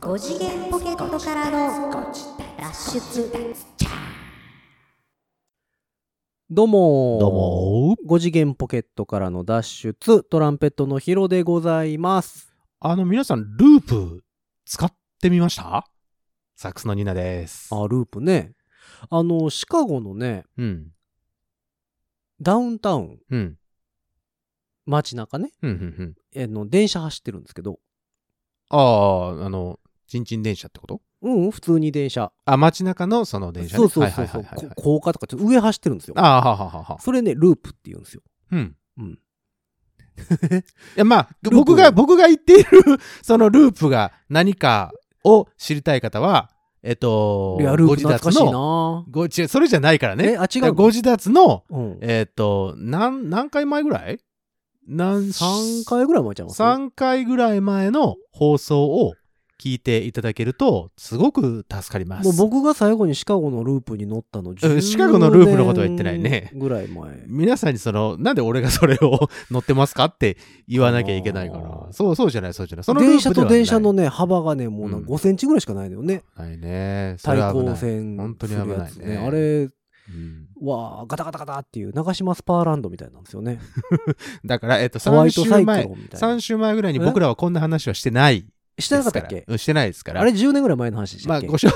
5次元ポケットからの脱出どうもーどうも5次元ポケットからの脱出、トランペットのヒロでございます。あの、皆さん、ループ、使ってみましたサックスのニナです。あ、ループね。あの、シカゴのね、うん。ダウンタウン、うん。街中ね、うん、うん、うん。えの、電車走ってるんですけど、ああ、あの、チンチン電車ってことうん、普通に電車。あ、街中のその電車ねそうそうそうそはういはいはいはいはい、こ高架とか、ちょっと上走ってるんですよ。ああ、はははは。それね、ループって言うんですよ。うん。 うん。いや、まあ、ループ僕が、僕が言っている、 そのループが何かを知りたい方は、えっと、いや、ループご自懐宅かしいの、なご違うそれじゃないからね。え、あ、違だからう。ご自宅の、うん。えっと、何、何回前ぐらい何、 3回ぐらい前ちゃいます3回ぐらい前の放送を聞いていただけると、すごく助かります。もう僕が最後にシカゴのループに乗ったのうん10シカゴのループのことは言ってないね年ぐらい前。皆さんにその、なんで俺がそれを 乗ってますかって言わなきゃいけないあかーら。そう、そうじゃない、そうじゃない。そのルー電プ車ではとない電車の。ね、幅がね、もうなうん5センチぐらいしかないのよね。ないね。そ対れは危な抗い戦本当すにる危ないねやつね。あれうんは、ガタガタガタっていう、長島スパーランドみたいなんですよ ね。だから、えっと、ホワ3イト週サイク前ロ、ンみたいな3。週前ぐらいに僕らはこんな話はしてないしてでなかったすかっら。けうんしてないですから。あれ10年ぐらい前の話でしまたあ、っけごしょ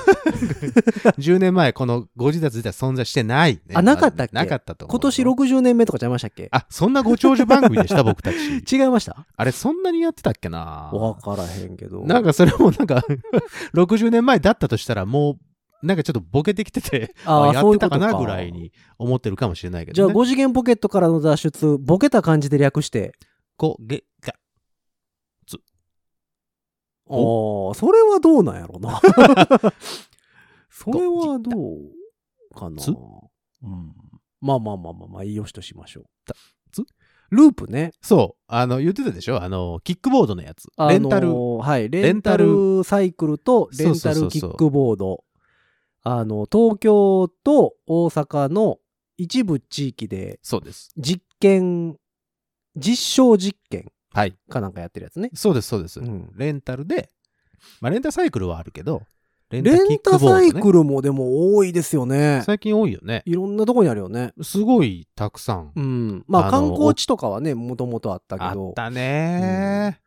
10年前、このご自宅自体存在してないね、あなかったっけなかったと思う。今年60年目とかちゃいましたっけあ、そんなご長寿番組でした、僕たち。 違いましたあれ、そんなにやってたっけなわからへんけど。なんかそれもなんか、60年前だったとしたら、もう、なんかちょっとボケてきてて、 ああーやそうっいうてこたとかなぐらいに思ってるかもしれないけじゃど、あね。 5次元ポケットからの脱出、ボケた感じで略して。こげ、が、ああー、それはどうなんやろ な。それはどうかなつ。うん、まあまあまあまあまあ、いいよしとしましょう。たつループね。そう、あの、言ってたでしょあの、キックボードのやつ。あのーレンタル。はい。レレンンタタルルサイクルとレそうンそタうそルうそうキックボード。あの、東京と大阪の一部地域でそうです。実験、実証実験はい。かなんかやってるやつね。そうです、そうです。うんレンタルで、まあ、レンタサイクルはあるけど、レレンタサイクル。ルもでも多いですよね。最近多いよね。いろんなとこにあるよね。すごいたくさんう。ん。まああの観光地とかはね、もともとあったあけっど。たね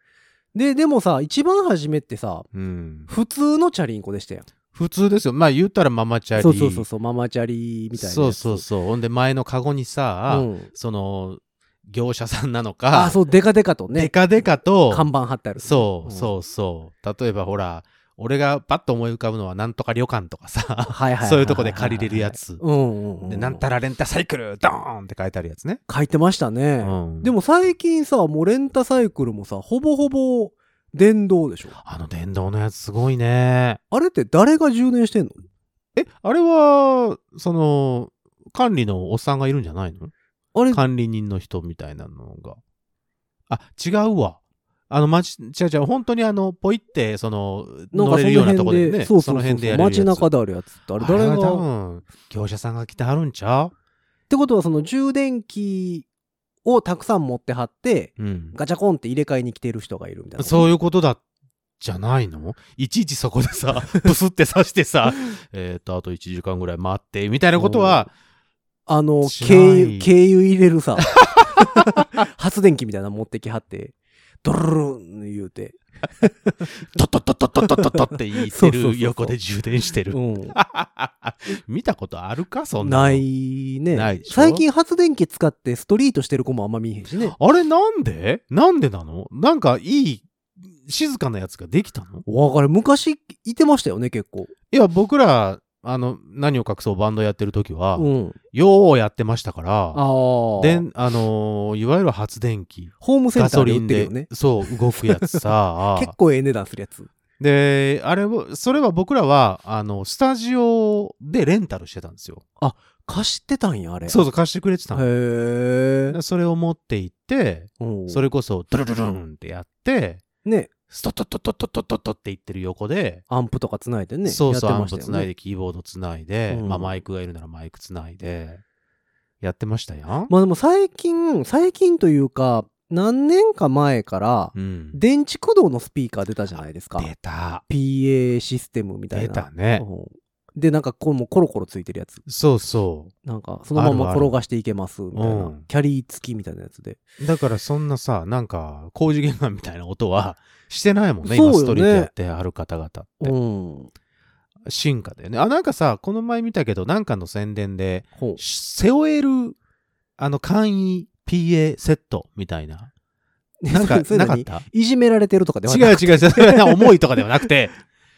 で、でもさ、一番初めってさ、ー。うん。普通のチャリンコでしたやん。普通ですよ。まあ言ったらママチャリ。そうそうそうそう、ママチャリみたいなやつ。そうそうそう。ほんで前のカゴにさ、うんその、業者さんなのあか、そう、デカデカとデね、カデカと、看板貼ってある。そううん。そうそう。例えばほら、俺がパッと思い浮かぶのはなんとか旅館とかさ、はいはいははそういうとこで借りれるやつうんうんうん。でなんたらレンタサイクル、ドーンって書いてあるやつね。書いてましたね。うんでも最近さ、もうレンタサイクルもさ、ほぼほぼ電動でしょ。あの電動のやつすごいね。あれって誰が充電してんのえ、あれは、その、管理のおっさんがいるんじゃないのあれ、管理人の人みたいなのが。あ、違うわ。あの、まち、違う違う、本当にあの、ポイって、その、なん乗かれそるようのなとこ辺でで、ね、そうそうのそう辺でやるやつ。街中であるやつって、あれ誰あれは多が分、業者さんが来てはるんちゃうってことはその充電器をたくさん持ってはってうん。ガチャコンって入れ替えに来てる人がいるみたいなそうういうことだ、じゃないのいちいちそこでさ、ブスって刺してさ、 えっと、あと1時間ぐらい待って、みたいなことは、あのし軽ない油軽油入れるさ 発電機みたいなの持ってきはってドルルルン言うて、トットットットットットットって言っそうそうてそうそうる横で充電してるう。ん、見たことあるかそんなのないねないでしょ最近発電機使ってストリートしてる子もあんま見えへんしねあれなんでなんでなのなんかいい静かなやつができたのわかる昔いてましたよね結構いや僕らあの何を隠そうバンドやってる時は、うんようやってましたからああであのーいわゆる発電機ホームセンガターソでリ売っンてるでよねそう動くやつさ結構ええ値段するやつであれをそれは僕らはあのスタジオでレンタルしてたんですよ貸してたんやあれそうそう貸してくれてたのへえでそれを持って行ってそれれこそドゥルルルンってやってねストットットットットットットって言ってる横でアンプとかつないでねそうそう、やってアまンしたプよつないねで、キーボードつないで、うんまあマイクがいるならマイクつないで、やってましたやん。まあでも最近最近というか何年か前から、うん。電池駆動のスピーカー出たじゃないですか。出た。 PA システムみたいな。出たね。うんで、なんかこうもうコロコロついてるやつ。そうそなんか、そのままあるある転がしていけます、みたいな。うんキャリー付きみたいなやつで。う。だからそんなさ、なんか、工事現場みたいな音はしてないもんね、そうよ今ねストリートやってある方々って。うん。進化だよね。あ、なんかさ、この前見たけど、なんかの宣伝で、ほう。背負える、あの、簡易 PA セットみたいな。なんか、 それなかっ何たいじめられてるとかでは違うなく違う違う。それは重いとかではな くて。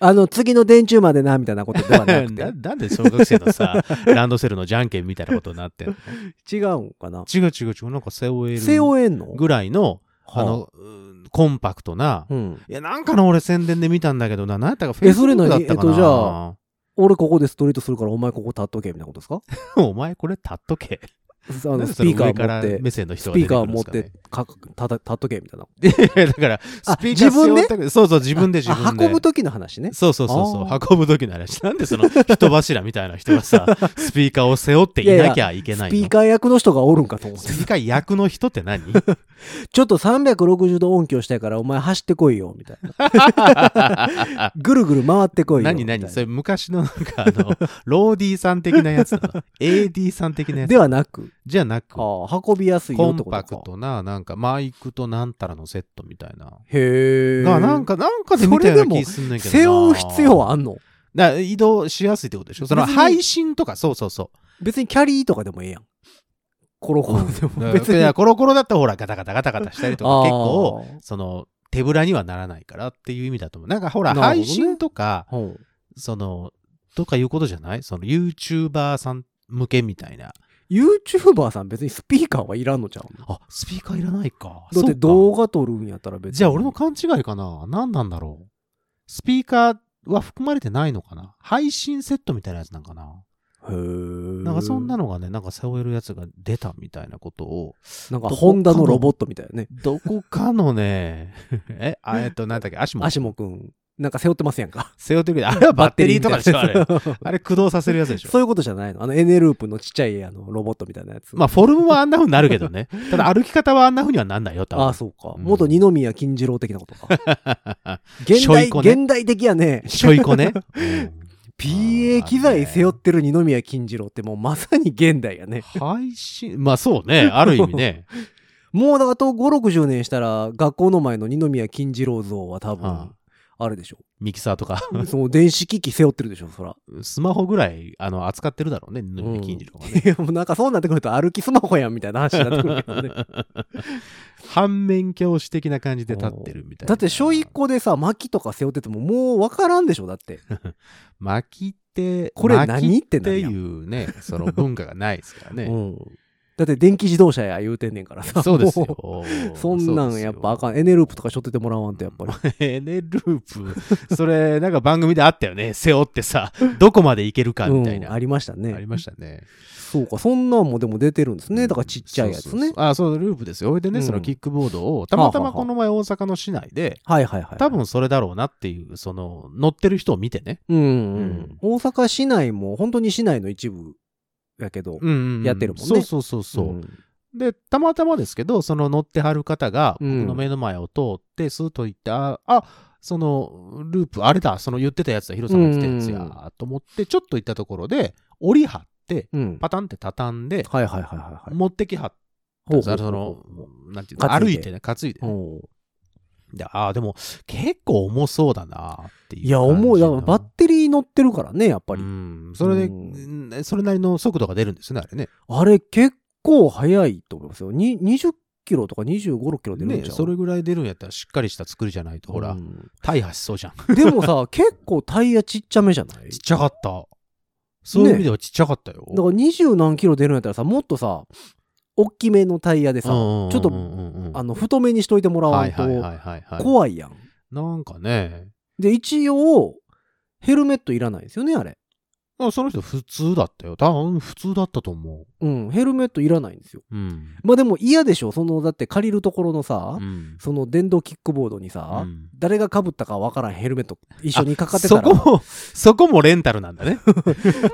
あの、次の電柱までな、みたいなことではなく なて。なんで小学生のさ、ランドセルのじゃんけんみたいなことになってんの違うんかな。違う違う違う。なんか背負える。背負えんのぐらいの、あ、はの、うんコンパクトな。うん。いや、なんかの俺宣伝で見たんだけどな、何やったかフェイえスそブれック何だったかな。えっとじゃ俺ここでストリートするからお前ここ立っとけみたいなことですか お前これ立っとけ。 あなんのでスそピれーカー上か持らって、目線の人スがピ出ーてくカーるんで持っすかねてかたた立っとけみ たいな。いや だから、スピーカー自分で背負ったけどそうそう、自分で自あ分で。運ぶ時の話ね。そうそうそうそうあ運ぶ時の話なんでその人柱みたいな人 がさスピーカーを背負っていなきゃいけないスのピーカー役の人がおるんかと思ってスピーカー役の人っ て何ちょっと360度音響したいからお前走ってこいよみたい な。ぐるぐる回ってこいよ何みたいな何それ昔のなんかあ のローディーさん的なやつなの AD さん的なやつではなく、じゃなくコああ運びやすいよっンてことパか。クトななんかマイクとなんたらのセットみたいなへえ。がなんかなんかで見たようなそれでも気すんねんけどな背負う必要はあんのだから移動しやすいってことでしょその別に配信とかそうそうそう別にキャリーとかでもええやん。コロコロでも別別に。にコロコロだったらほらガタガタガタガタしたりとか結構あその手ぶらにはならないからっていう意味だと思う。なんかほら、なるほどね配信とか、あ。うんそのとかいうことじゃないその YouTuber さん向けみたいな。 YouTuber さん別にスピーカーはいらんのちゃうのあスピーカーいらないか。だっそてうか動画撮るんやったら別に。じゃあ俺の勘違いかな。何なんだろう。スピーカーは含まれてないのかな配信セットみたいなやつなんかなへえ。ななんかそんなのがね、なんか背負えるやつが出たみたいなことを、なんかホンダのロボットみたいなね。どこかのね、 え、あえっと、なんだっけ、足 もア。シモくん、なんか背負ってますやんか。背負ってるけど、あれは バッテリーとかでしょ、あ れ。バッテリーみたいなや あれ駆動させるやつでしつょ。そういうことじゃないのあのエネループのちっちゃいあのロボットみたいなやつ。まあ、フォルムはあんな風になるけど ね。ただ、歩き方はあんな風にはなんないよ、多ああ、分。そうか。うん元二宮金次郎的なことか。現 しょい代、こね現代的や ね。しょいこね。 PA 機材背負ってる二宮金次郎ってもうまさに現代やね。配信、まあそうね、ある意味ね。もうだからあと5、60年したら学校の前の二宮金次郎像は多うん分、あれでしょ。ミキサーとか、その電子機器背負ってるでしょ、そら。スマホぐらい、あの、扱ってるだろうね、う金次郎がんね。いやもうなんかそうなってくると歩きスマホやんみたいな話になってくるけ どね。反面教師的な感じで立ってるみたいだな。って小一個でさ、薪とか背負っててももう分からんでしょ、だって。巻きって、これ何巻きってって何いやうね、その文化がないですから うね。ん。だって電気自動車や言うてんねんからさ。そうですもよう。 そんなんやっぱあん。かん。エネループとかしょっててもらわんとやっぱり。エネループ、そ れ、なんか番組であったよね。背負っ てさ、どこまでいけるかみたいな。うんありましたありね。ましたね。そうか、そんなんもでも出てるんですね。だからちっちゃいやつそうそうねそ。うあ、そう、ループですよ。でね、うんそのキックボードを、たまたはまあはあこの前大阪の市内で、はいはいはい。多分それだろうなっていう、その、乗ってる人を見てね。うんううんん。大阪市内も、本当に市内の一部やけど。うんうんうんやってるもんねそうそうそうそう。んで、たまたまですけど、その乗ってはる方が、う僕んの目の前を通って、スーッと行って、あ、あその、ループ、あれだ、その言ってたやつだ、ヒロさんが言ってたやつうんうんや、と思って、ちょっと行ったところで、折り張って、うん。パタンって畳んで、はいはいはいはいはい。持ってきはっほうた、その、なんていうの、担歩いでいてね、担いでほうほうね、ほうで、ああ、でも、結構重そうだな、っていう感じの。いや、思う。だからバッテリー乗ってるからね、やっぱりう。ん、それで、うそれなりの速度が出るんですよね、あれね。あれ結構速いと思いますよ。に20キロとか25、6キロ出るんね、ちゃうそれぐらい出るんやったら、しっかりした作りじゃないと、ほらう、ん大破しそうじゃん。でも さ、結構タイヤちっちゃめじゃないちっちゃかった。そういう意味ではちっちゃかったよ。だから20何キロ出るんやったらさ、もっとさ、大きめのタイヤでさ、ちうんうんうんょうんっとあの太めにしといてもらわはんいはいはといはいはい。怖いやん。なんかね、で、一応、ヘルメットいらないですよね、あれ。あその人普通だったよ。多分普通だったと思うん、ヘルメットいらないんですよ。う。うん。まあでも嫌でしょ、その、だって借りるところのさ、うんその電動キックボードにさ、うん誰が被ったかわからんヘルメット一緒にかかってたそら、こも、そこもレンタルなん だね。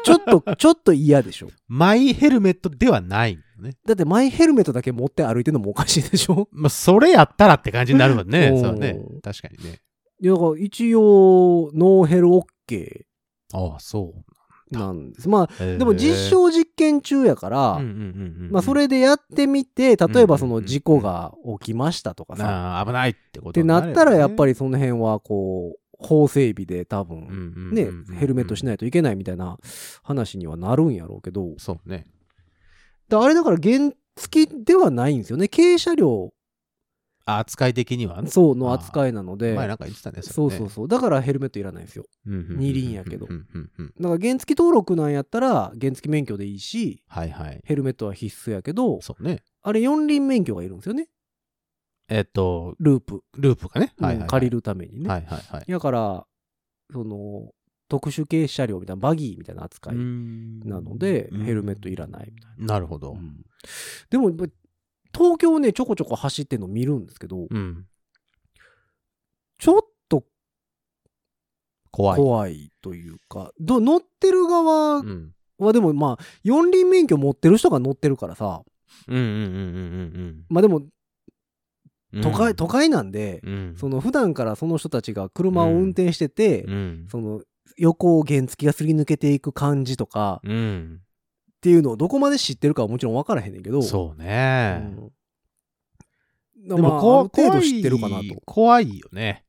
ちょっと、ちょっと嫌でしょ。マイヘルメットではないのね。だってマイヘルメットだけ持って歩いてるのもおかしいでしょ。まあ、それやったらって感じになるもんねおーそうね。確かにね。いや、だから一応、ノーヘル OK ああ、そう。なんです。まあ、へーでも実、証実験中やから、うんうんうんうんまあそれでやってみて、例えばそうんうのんうん事故が起きましたとかさ、なあ危ないってこっとてになったらやっぱり、りその辺はこう、法整備で多うん分、うんうんねうん、ヘルメットしないといけないみたいな話にはなるんやろうけど、そうね。であれだから原付ではないんですよね。軽車両、あ扱い的にはねそうの扱いなので、前なんか言ってたね。そうそうそう。だからヘルメットいらないんですよ。う二輪やけどうんうんうんうんだから原付登録なんやったら、原付免許でいいし、はいはい。ヘルメットは必須やけど、そうね。あれ四輪免許がいるんですよね。えっと、ループ。ループがね。うんはいはいはい借りるためにね。はいはいはい。だから、その、特殊軽車両みたいな、バギーみたいな扱いななので、ヘルメットいらないみたいなるほどな。。でも、東京ね、ちょこちょこ走ってんの見るんですけど、うん。ちょっと怖い。怖いというか、ど乗ってる側うん。はでもまあ、四輪免許持ってる人が乗ってるからさ、うんうんうんうんまあでも、うんうん。都会、うん都会なんで、うん。その普段からその人たちが車を運転してて、うん。その横を原付がすり抜けていく感じとかっうん。ていうのをどこまで知ってるかはもちろん分からへんねんけどそううね。んでまあ、こある程度知ってるかなと怖い怖いよね。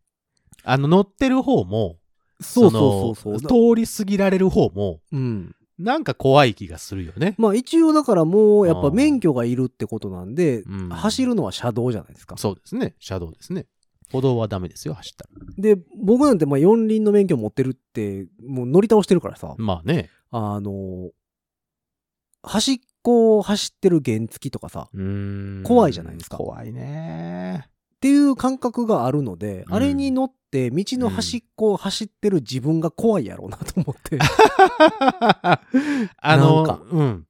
あの、乗ってる方も、そうそうそうそう、の通り過ぎられる方も、うん、なんか怖い気がするよね。まあ一応だからもうやっあぱー免許がいるってことなんで、うん走るのは車道じゃないですかそうですね。車道ですね。歩道はダメですよ、走ったら。で僕なんてまあ四輪の免許持ってるってもう乗り倒してるからさ、まあね。あの端っこを走ってる原付とかさっうーん怖いじゃないですか怖いね。ていう感覚があるので、うんあれに乗って道の端っこを走ってる自分が怖いやろうなと思 って、あなんかの、うん。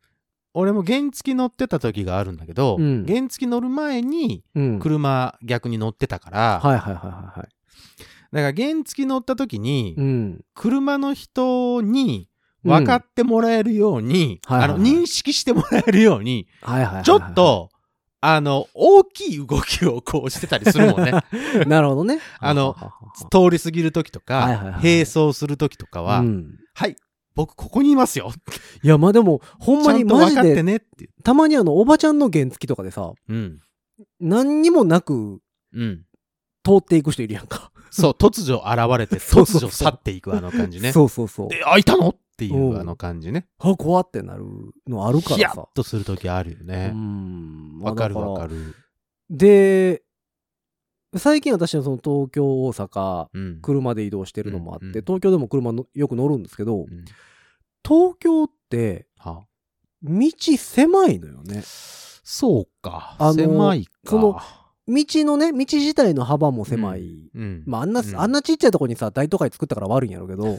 俺も原付乗ってた時があるんだけど、うん原付乗る前にうんはい車逆に乗ってたから、はいはいはいはい、だから原付乗った時に、うん、車の人に分かってもらえるように、うんはいはいはいあの認識してもらえるように、はいはいはいはいちょっと、あの、大きい動きをこうしてたりす るもんね。 なるほどねあはのはは通り過ぎる時とはいはいかは、い並走する時とかは、うんはい、僕ここにいますよ。いやまあでもほんまにマちジゃんと分かってでねっていう。たまにあのおばちゃんの原付とかでさうん。何にもなくうん。通っていく人いるやんか、そう、突如現れて、 そう突そう如去っていくあの感じね。そうそうそうで、あ、いたのっていうんうあの感じね。あ怖ってなるのあるかヒヤらさッとする時あるようね。んまあわかるだらわかる。で最近私はその東京大阪うん。車で移動してるのもあって、うんうん東京でも車のよく乗るんですけど、うん東京っては道狭いのよねそうか。あの狭いか。その道のね道自体の幅も狭い、うん、まあ、あんな、うんあんなちっちゃいとこにさ大都会作ったから悪いんやろうけ ど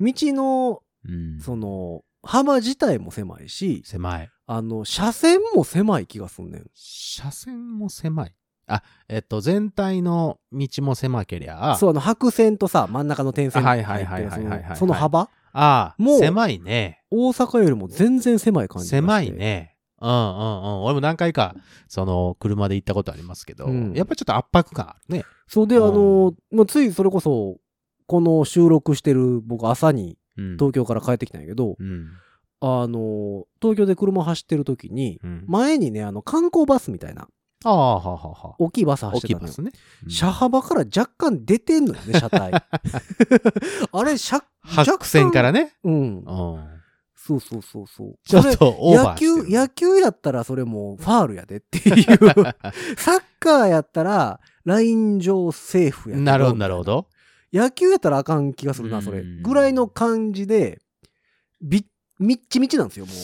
道のうんその幅自体も狭いし狭い。あの車線も狭い気がすんねん車線も狭い。あ、えっと、全体の道も狭けりゃ。。そううあの白線とさ真ん中の点線はいはいはいはいはいはいそはいのその幅ああ、もう狭いね。大阪よりも全然狭い感じがして狭いね。うんうんうん。俺も何回か、その、車で行ったことありますけど、うんやっぱりちょっと圧迫感あるね。そうで、あうんの、まあ、ついそれこそ、この収録してる僕朝にうん。東京から帰ってきたんやけど、うん。あの、東京で車走ってる時に、うん前にね、あの観光バスみたいな、ああ、はあはあはあ。大きいバス走大ってきいたのバよス。ね。うん車幅から若干出てんのよね、車 体。あれ、車、。白線かららね。うんう。ん。そうそうそうそう。ちょっとオーバ野ーしてる球、野球やったらそれもうファールやでって いう。サッカーやったら、ライン上セーフやけなるほど、なるほど。野球やったらあかん気がするな、それ。うんぐらいの感じで、び、みっちみちなんですよ、もう。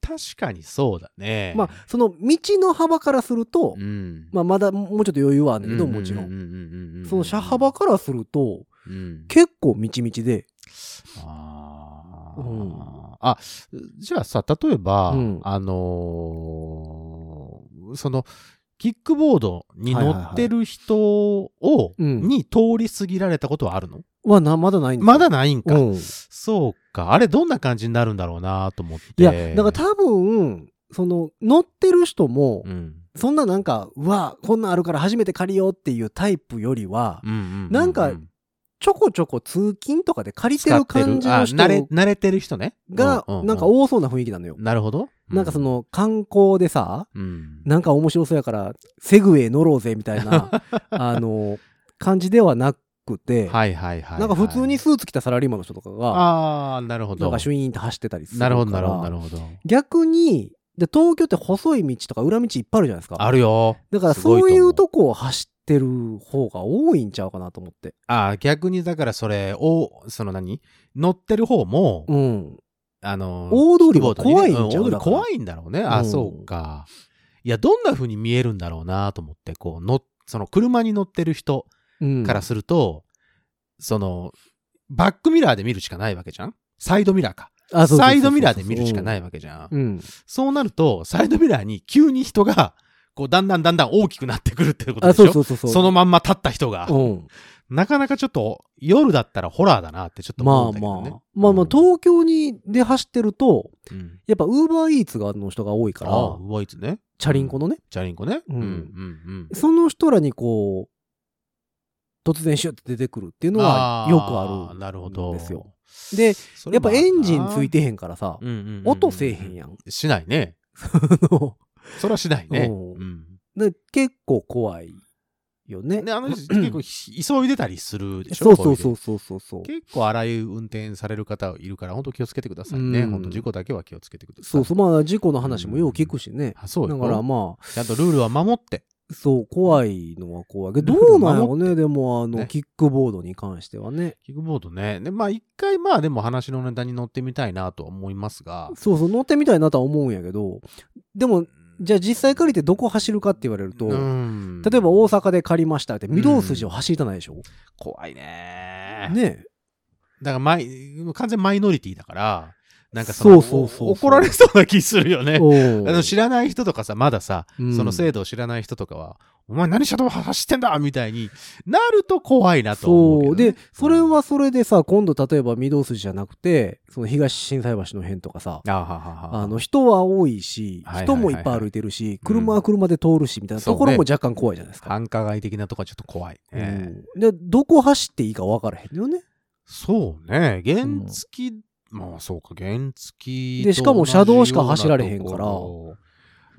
確かにそうだね。まあ、その道の幅からするとう、ん。まあ、まだもうちょっと余裕はあるんだけど、もちろ。うんうんうんうんうんうんその車幅からすると、うん結構みちみちで、あうんあ、じゃあさ、例えば、うんあのーその、キックボードに乗ってる人を、うんに通り過ぎられたことはあるのはな、まだないんですよまだないんか。うん。そうか。あれ、どんな感じになるんだろうなと思って。いや、だから多分、その、乗ってる人も、うん、そんななんか、うわ、こんなんあるから初めて借りようっていうタイプよりはう、んうんうなんかちょこちょこ通勤とかで借りて使るって感るじのあ慣れ人慣れてる人ね。がうう、うなんか多そうな雰囲気なのよ。なるほど。うなんかそ、の、観光でさ、うん、なんか面白そうやから、セグウェイ乗ろうぜみたい な、あの、感じではなくて、はいはいはいはい。なんか普通にスーツ着たサラリーマンの人とかが、ああ、なるほど。なんかシュイーンって走ってたりするから。なるほど、なるほど、なるほど。逆に、で東京って細い道とか裏道いっぱいあるじゃないですか。あるよ。だからすごそうい思うとこを走ってる方が多いんちゃうかなと思って。ああ、逆にだからそれを、その何乗ってる方も、うん。あの、大通りはキックボー怖いドにねんちゃうだうん大通りから怖いんだろうね。ああ、うんそうか。いや、どんな風に見えるんだろうなと思って、こう、の、その車に乗ってる人うん、からすると、その、バックミラーで見るしかないわけじゃんサイドミラーか。あそうそうそうそう。サイドミラーで見るしかないいわけじゃん。うん。そうなると、サイドミラーに急に人が、こう、だんだんだんだん大きくなってくるってことあ、でしそうょそうそうそう。そのまんま立った人が、うん。なかなかちょっと、夜だったらホラーだなってちょっとま思うあんだけどね。まあ。まあまあ、東京にで走ってると、うん。うんやっぱウーバーイーツがの人が多いかああ、ら、ウワイツね。チャリンコのね、チャリンコね。ううんん、うん、うん。その人らにこう、突然シュッて出てくるっていうのはよくある。なるほど。ですよ。で、それやっぱもあるなエンジンつい、てへんからさ、うんうんうんうん音せえへんや ん。しないね。それはしないね。うんうん。で結構怖いよね。で、 あの人結構ひ急いでたりするでしょそうそうそ。こうそうそうそうい。の結構荒い運転される方いるから、本当気をつけてくださいね。うん本当事故だけは気をつけてください。そうそう、まあ事故の話もよう聞くしね。あそうだよからまあ、ちゃんとルールは守って。そう、怖いのは怖いけど、ルどールうなんやろうね、でもあの、ねキックボードに関してはね。キックボードね。で、まあ一回まあでも話のネタに乗ってみたいなとは思いますが。そうそう、乗ってみたいなとは思うんやけど、でも、じゃあ実際借りてどこ走るかって言われると、うん例えば大阪で借りましたって、御堂筋を走りたないでしょ、怖いねねえだからマイ、完全マイノリティだから、なんかそのそうそうそうそうお怒られそうな気するよね。おあうの知らない人とかさ、まださ、うんその制度を知らない人とかは、お前何車道走ってんだみたいになると怖いなと思うそけどう。ね、で、それはそれでさ、今度例えば御堂筋じゃなくて、その東心斎橋の辺とかさ、あはははあの人は多いし、はいはいは人いもいっぱい歩いてるし、車は車で通るし、みたいなところもそう若干怖いじゃないですか。繁華街的なとこはちょっと怖いね。うんで、どこ走っていいか分からへんのよね。そうね。原付、まあそうか、原付でとしかも同じ車道しか走られへんからようなとこ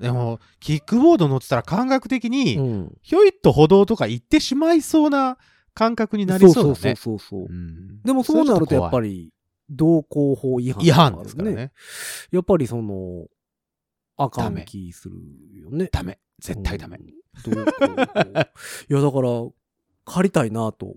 ろ。でも、キックボード乗ってたら感覚的に、うんひょいっと歩道とか行ってしまいそうな感覚になりそうだそうね。そうそうそう。うんでもそうなるとやっぱり。り、道交法違反と違ある反ですからね。やっぱりその、あかん気するよね。ダメ。絶対ダメう。ん。どうこうこうい や、だから、借りたいなと。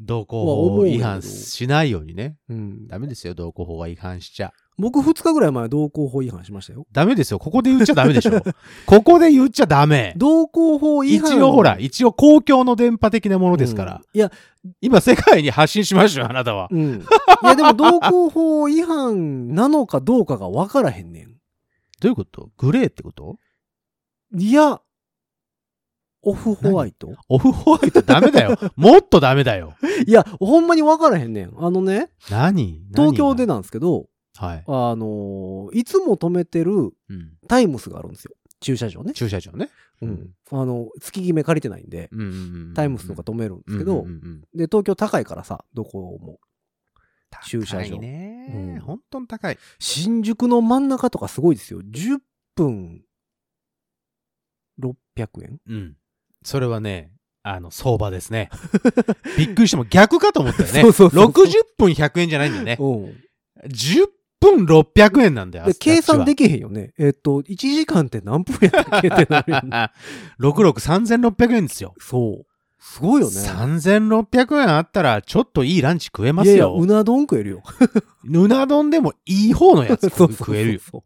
道交まあ思う法けど違反しないようにね。うんダメですよ、道交法は違反しちゃ。僕2日ぐらい前、道交法違反しましたよ。ダメですよ、ここで言っちゃダメ でしょ。ここで言っちゃダメ。道交法違一反。応ほら、一応公共の電波的なものですから。うんいや、今世界に発信しましたよ、あなたは。うん。いや、でも道交法違反なのかどうかが分からへんねん。どういうことグレーってこといや、オフホワイトオフホワイトダメ だよ。もっとダメだよ。いや、ほんまに分からへんねん。あのね、何東京でな。なんですけど、はい。あのーいつも止めてるうんタイムスがあるんですよ。駐車場ね。駐車場ね。うん。あの、月決め借りてないんで、うんうんうんうんタイムスとか止めるんですけど、うんうんうんで、東京高いからさ、どこも。駐車場高いね、うん本当に高い。新宿の真ん中とかすごいですよ。10分、600円うん。それはね、あの、相場ですね。 びっくりしても逆かと思ったよね。 そうそうそうそう60分100円じゃないんだよね。うん。 10分600円なんだよ。で、計算でききへんよね。えっと、1時間って何分やったっけってなるよ ね。 66 3600円ですよ。そう。すごいよね。 3600円あったら、ちょっといいランチ食えまいすやいや、よう。な丼食えるよ。うな丼でもいい方のや そつうそうそうそう食えるよ。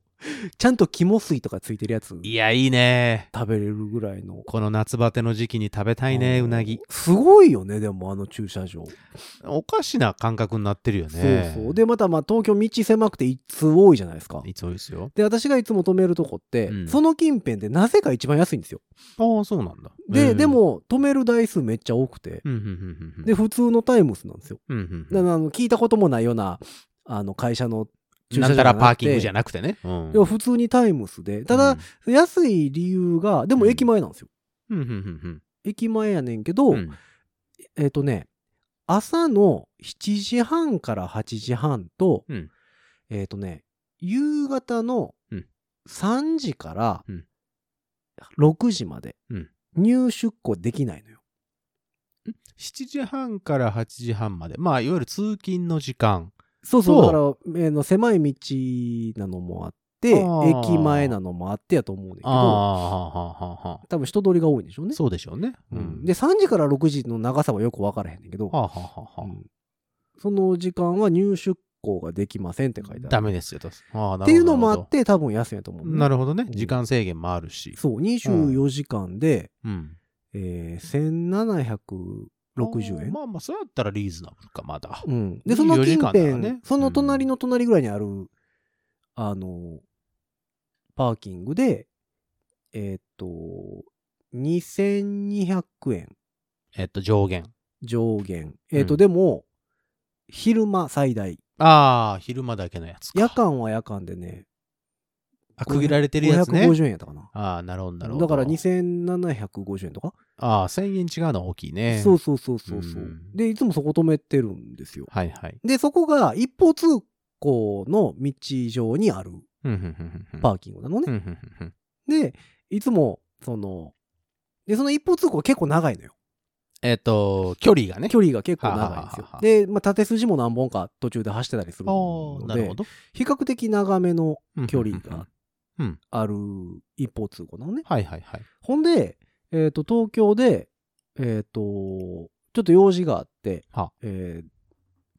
ちゃんと肝水とかついてるやついや、いいね。食べれるぐらいの。この夏バテの時期に食べたいね、あーうなぎ。。すごいよね、でもあの駐車場。おかしな感覚になってるよね。そうそう。で、またまあ東京道狭くて一通多いじゃないですか。いつもですよ。で、私がいつも止めるとこって、うんその近辺でなぜか一番安いんですよ。ああ、そうなんだ。で、うんで、も止める台数めっちゃ多くて、うん、うん、うんうん。で、普通のタイムスなんですよ。うん、うんだからあの聞いたこともないような、あの会社のうん。駐車な場んたらパーキングじゃななくてね。うんくていや普通にタイムスで。ただ、、安い理由が、でも駅前なんですよ。うん、うん、うん、駅前やねんけど、うんうん。えっ、とね、朝の7時半から8時半と、うんえっ、とね、夕方のうん3時からうん6時までうん入出庫できないのよ。 7時半から8時半まで。まあ、いわゆる通勤の時間。そうそう、そうだから、えーの狭い道なのもあって、あー駅前なのもあってやと思うねんだけあど、あ、はあはあはあ。多分人通りが多いんでしょうね。そうでしょうね。うんで、3時から6時の長さはよく分からへんねんけど、はあはあはあうはんその時間は入出庫ができませんって書いてああ。る。ダメですよ。とああ、なるほどっていうのもあって多分安いんやと思う、なるほどねう。ん時間制限もあるし。そう24時間で、うん。えー、1760円、まあまあ、そうやったらリーズナブルか、まだ。うん、でその近24時間辺、だからねその隣の隣ぐらいにある、あのパーキングでえーっと2200円えっと、上限。上限えーっと、うんでも昼間最大ああ、昼間だけのやつか。夜間は夜間でねあ区切られてるやつね。 550円やったかなああ、なるほど、なるほだど。から。2750円とかああ、1000円違うの大きいね。そうそうそうそうそう、うんでいつもそこ止めてるんですよはいはい。でそこが一方通行の道上にあるうんうんうんうんパーキングなのうね、んうんうんうんでいつもそのでその一方通行結構長いのよえっと、距離がね。距離が結構長いんですよはあはあはあで、まあ、縦筋も何本か途中で走ってたりするのああ、なるでほど。比較的長めの距離うんうんうんうがんうんある一方通行なのねはいはいはい。ほんで、えっと東京でえっ、とちょっと用事があって、はえー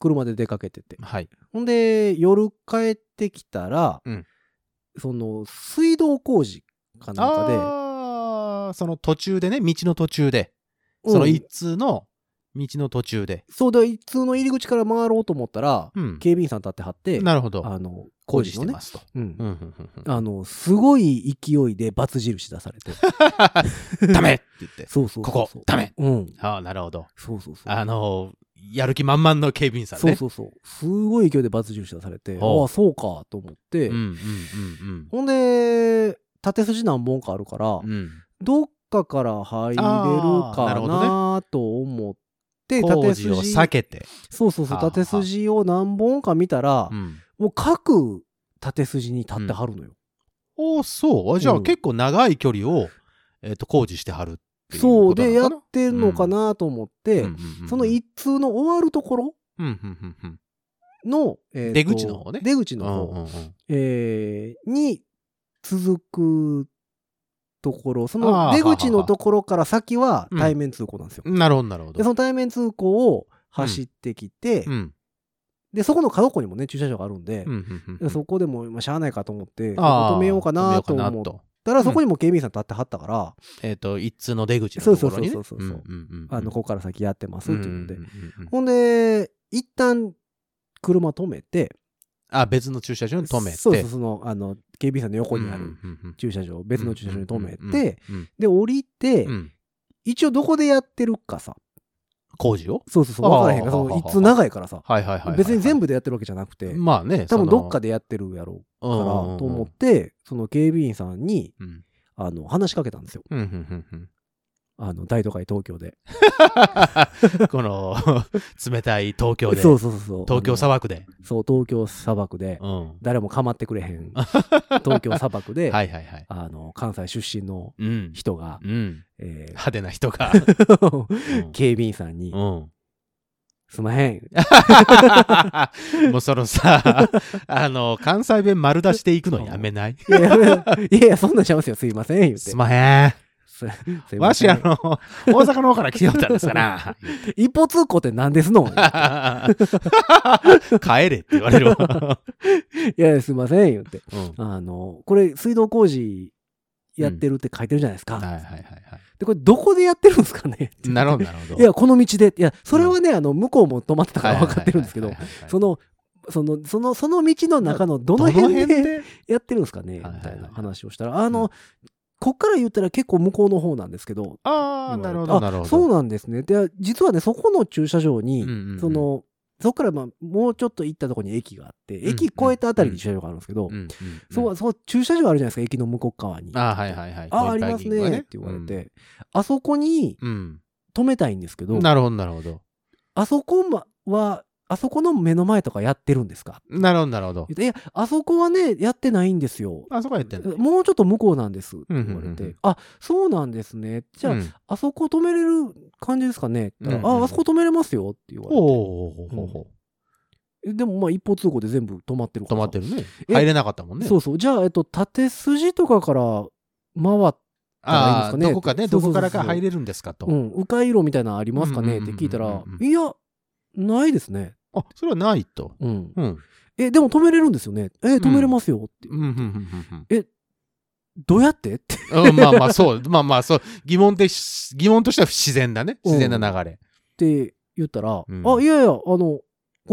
車で出かけててはい。ほんで、夜帰ってきたら、うんその、水道工事かなんかああ、その途中でね、道の途中で。で、そのうん一通の道の途中で。そうだ、一通の入り口から回ろうと思ったら、うん。警備員さん立ってはって、なるほど。あの、工事してのますと。うんうんうんうんうんあの、すごい勢いでバツ印出さ れて。ダメって言って。そうそうそうそう。ここダメうん。ああ、なるほど。そうそうそう。あの、やる気満々の警備員さんそうね。そうそう。すごい勢いでバツ印出されて、おうああ、そうか、と思って、うんうんうんほんで、縦筋何本かあるから、うん。うん。どっかから入れるあーなかるほなと思って、工事を避けて。そうそうそはう、あはあ縦筋を何本か見たらう、ん。もう各縦筋に立ってはるのよ。おーそう。あじゃうあん結構長い距離を、えっと、工事してはるっていうそうことなで、のやかっな。てんのかなと思って、うんうんうんその一通の終わるところうんうんうんうんの、えーと出口の方ね出口のうん方、うんうんえーに続くところ、そのあー出口のところから先はうん対面通行なんですよ。なるほど、なるほで、そど。の対面通行を走ってきて、うん。で、そこの角っこにもね、駐車場があるんでうんう、んうんうでんそこでも、まあ、しゃあないかと思って、ここあー止めようかなと止めよう思っかなとたら、そこにも警備員さん立ってはったから、えっと、一通の出口のところにね。そうそうそうそうそうんんんんあの、ここから先やってますっていうので。んんんうんほんで、一旦、車止めて、あ、別の駐車場に止めて。そうそう、その、あの、警備員さんの横にあうるんうんうん駐車場、別の駐車場に止めうんうんて、うんで、降りてう、ん一応どこでやってるかさ、工事をそうそうそう、わからへんから、あーその、一通長いからさ、はいはいはいはいはい。別に全部部でやってるわけじゃなくて、まあね。多分どっかででやってるやろうかから、と思って、その警備員さんに、うんあの、話しかけたんですよ。うんうんうんうんあの、大都会東京で。 うんこの冷たい東京でそうそうそうそう。東京あ砂漠で、のそう、東京砂漠でう、ん、は誰も構ってくれへ ん、東京砂漠いで、はいはい、あの、関西出身のうん人がう、ん、えー派手な人 が、警備員さんにう、んうん、すまへ ん。もうそのさあの関西弁丸出していくのやめないいやいや、いやいやそんなんちゃいますよ。すいません。言って。すまへんすすいまわせし、んあの、大阪の方から来ておったんで すから。一歩通行って何です のい帰れって言われるわ。や、すいません、言って。うんあの、これ、水道工事やってるって書いてるじゃないですか。はいはいはいはで、これ、どこでやってるんですかねい。なるほど、なるほ ど。いや、この道で。いや、それはね、あの、向こうも止まってたから分かってるんですけどはい、はいはいはいはい、その、その、その、その道の中のどどのの辺で辺で、やってるんですかねみはいはいはいたいな話をしたら、あの、こっから言ったら結構向こうの方なんですけど、ああ、言われなるほてど、なるほあど。そうなんですね。で、実はね、そこの駐車場に、うんうんうんそ、の、そこからまあもうちょっと行ったところに駅があって、ん駅越えたあたりに駐車場があるんですけど、うんうんうんそう、そう、駐車場あるじゃないですか、駅の向こう側に。あーはいはいはい。ああ、こうあいりうますねタイミングがって言われて、あそこにうん。止めたいんですけうどん。、なるほど、なるほど。あそこまは、あそこの目の前とかやってるんですかなるほど、なるほど言。っていや、あそこはね、やってないんですよ。あそこやってんの。もうちょっと向こうなんですって言わうんうれんうんうんて、あ、そうなんですね。じゃあ、うんあそこ止めれる感じですかねって言ったらうんうんあ、あそこ止めれますよって言われて。おーほうほうほえでもまあ一方通行で全部止まってるう止から。まってるね。え入れなかったもんね。そうそう。じゃあ、えっと、縦筋とかから回っああ、いいんですかねどこかね、そうどそうそうそうこからか入れるんですかとう。ん、迂回路みたいなのありますかねっうんうんうんうんて聞うんいたら、いや、ないですね。あ、それはないと。うん。うん。え、でも止めれるんですよね。え、止めれますよって。うんうんうんどうやってって。うんうん。まあまあ、そう。まあまあ、そう。疑問で、疑問としては自然だね。うん自然な流れ。って言ったら、うんあ、いやいや、あの、こ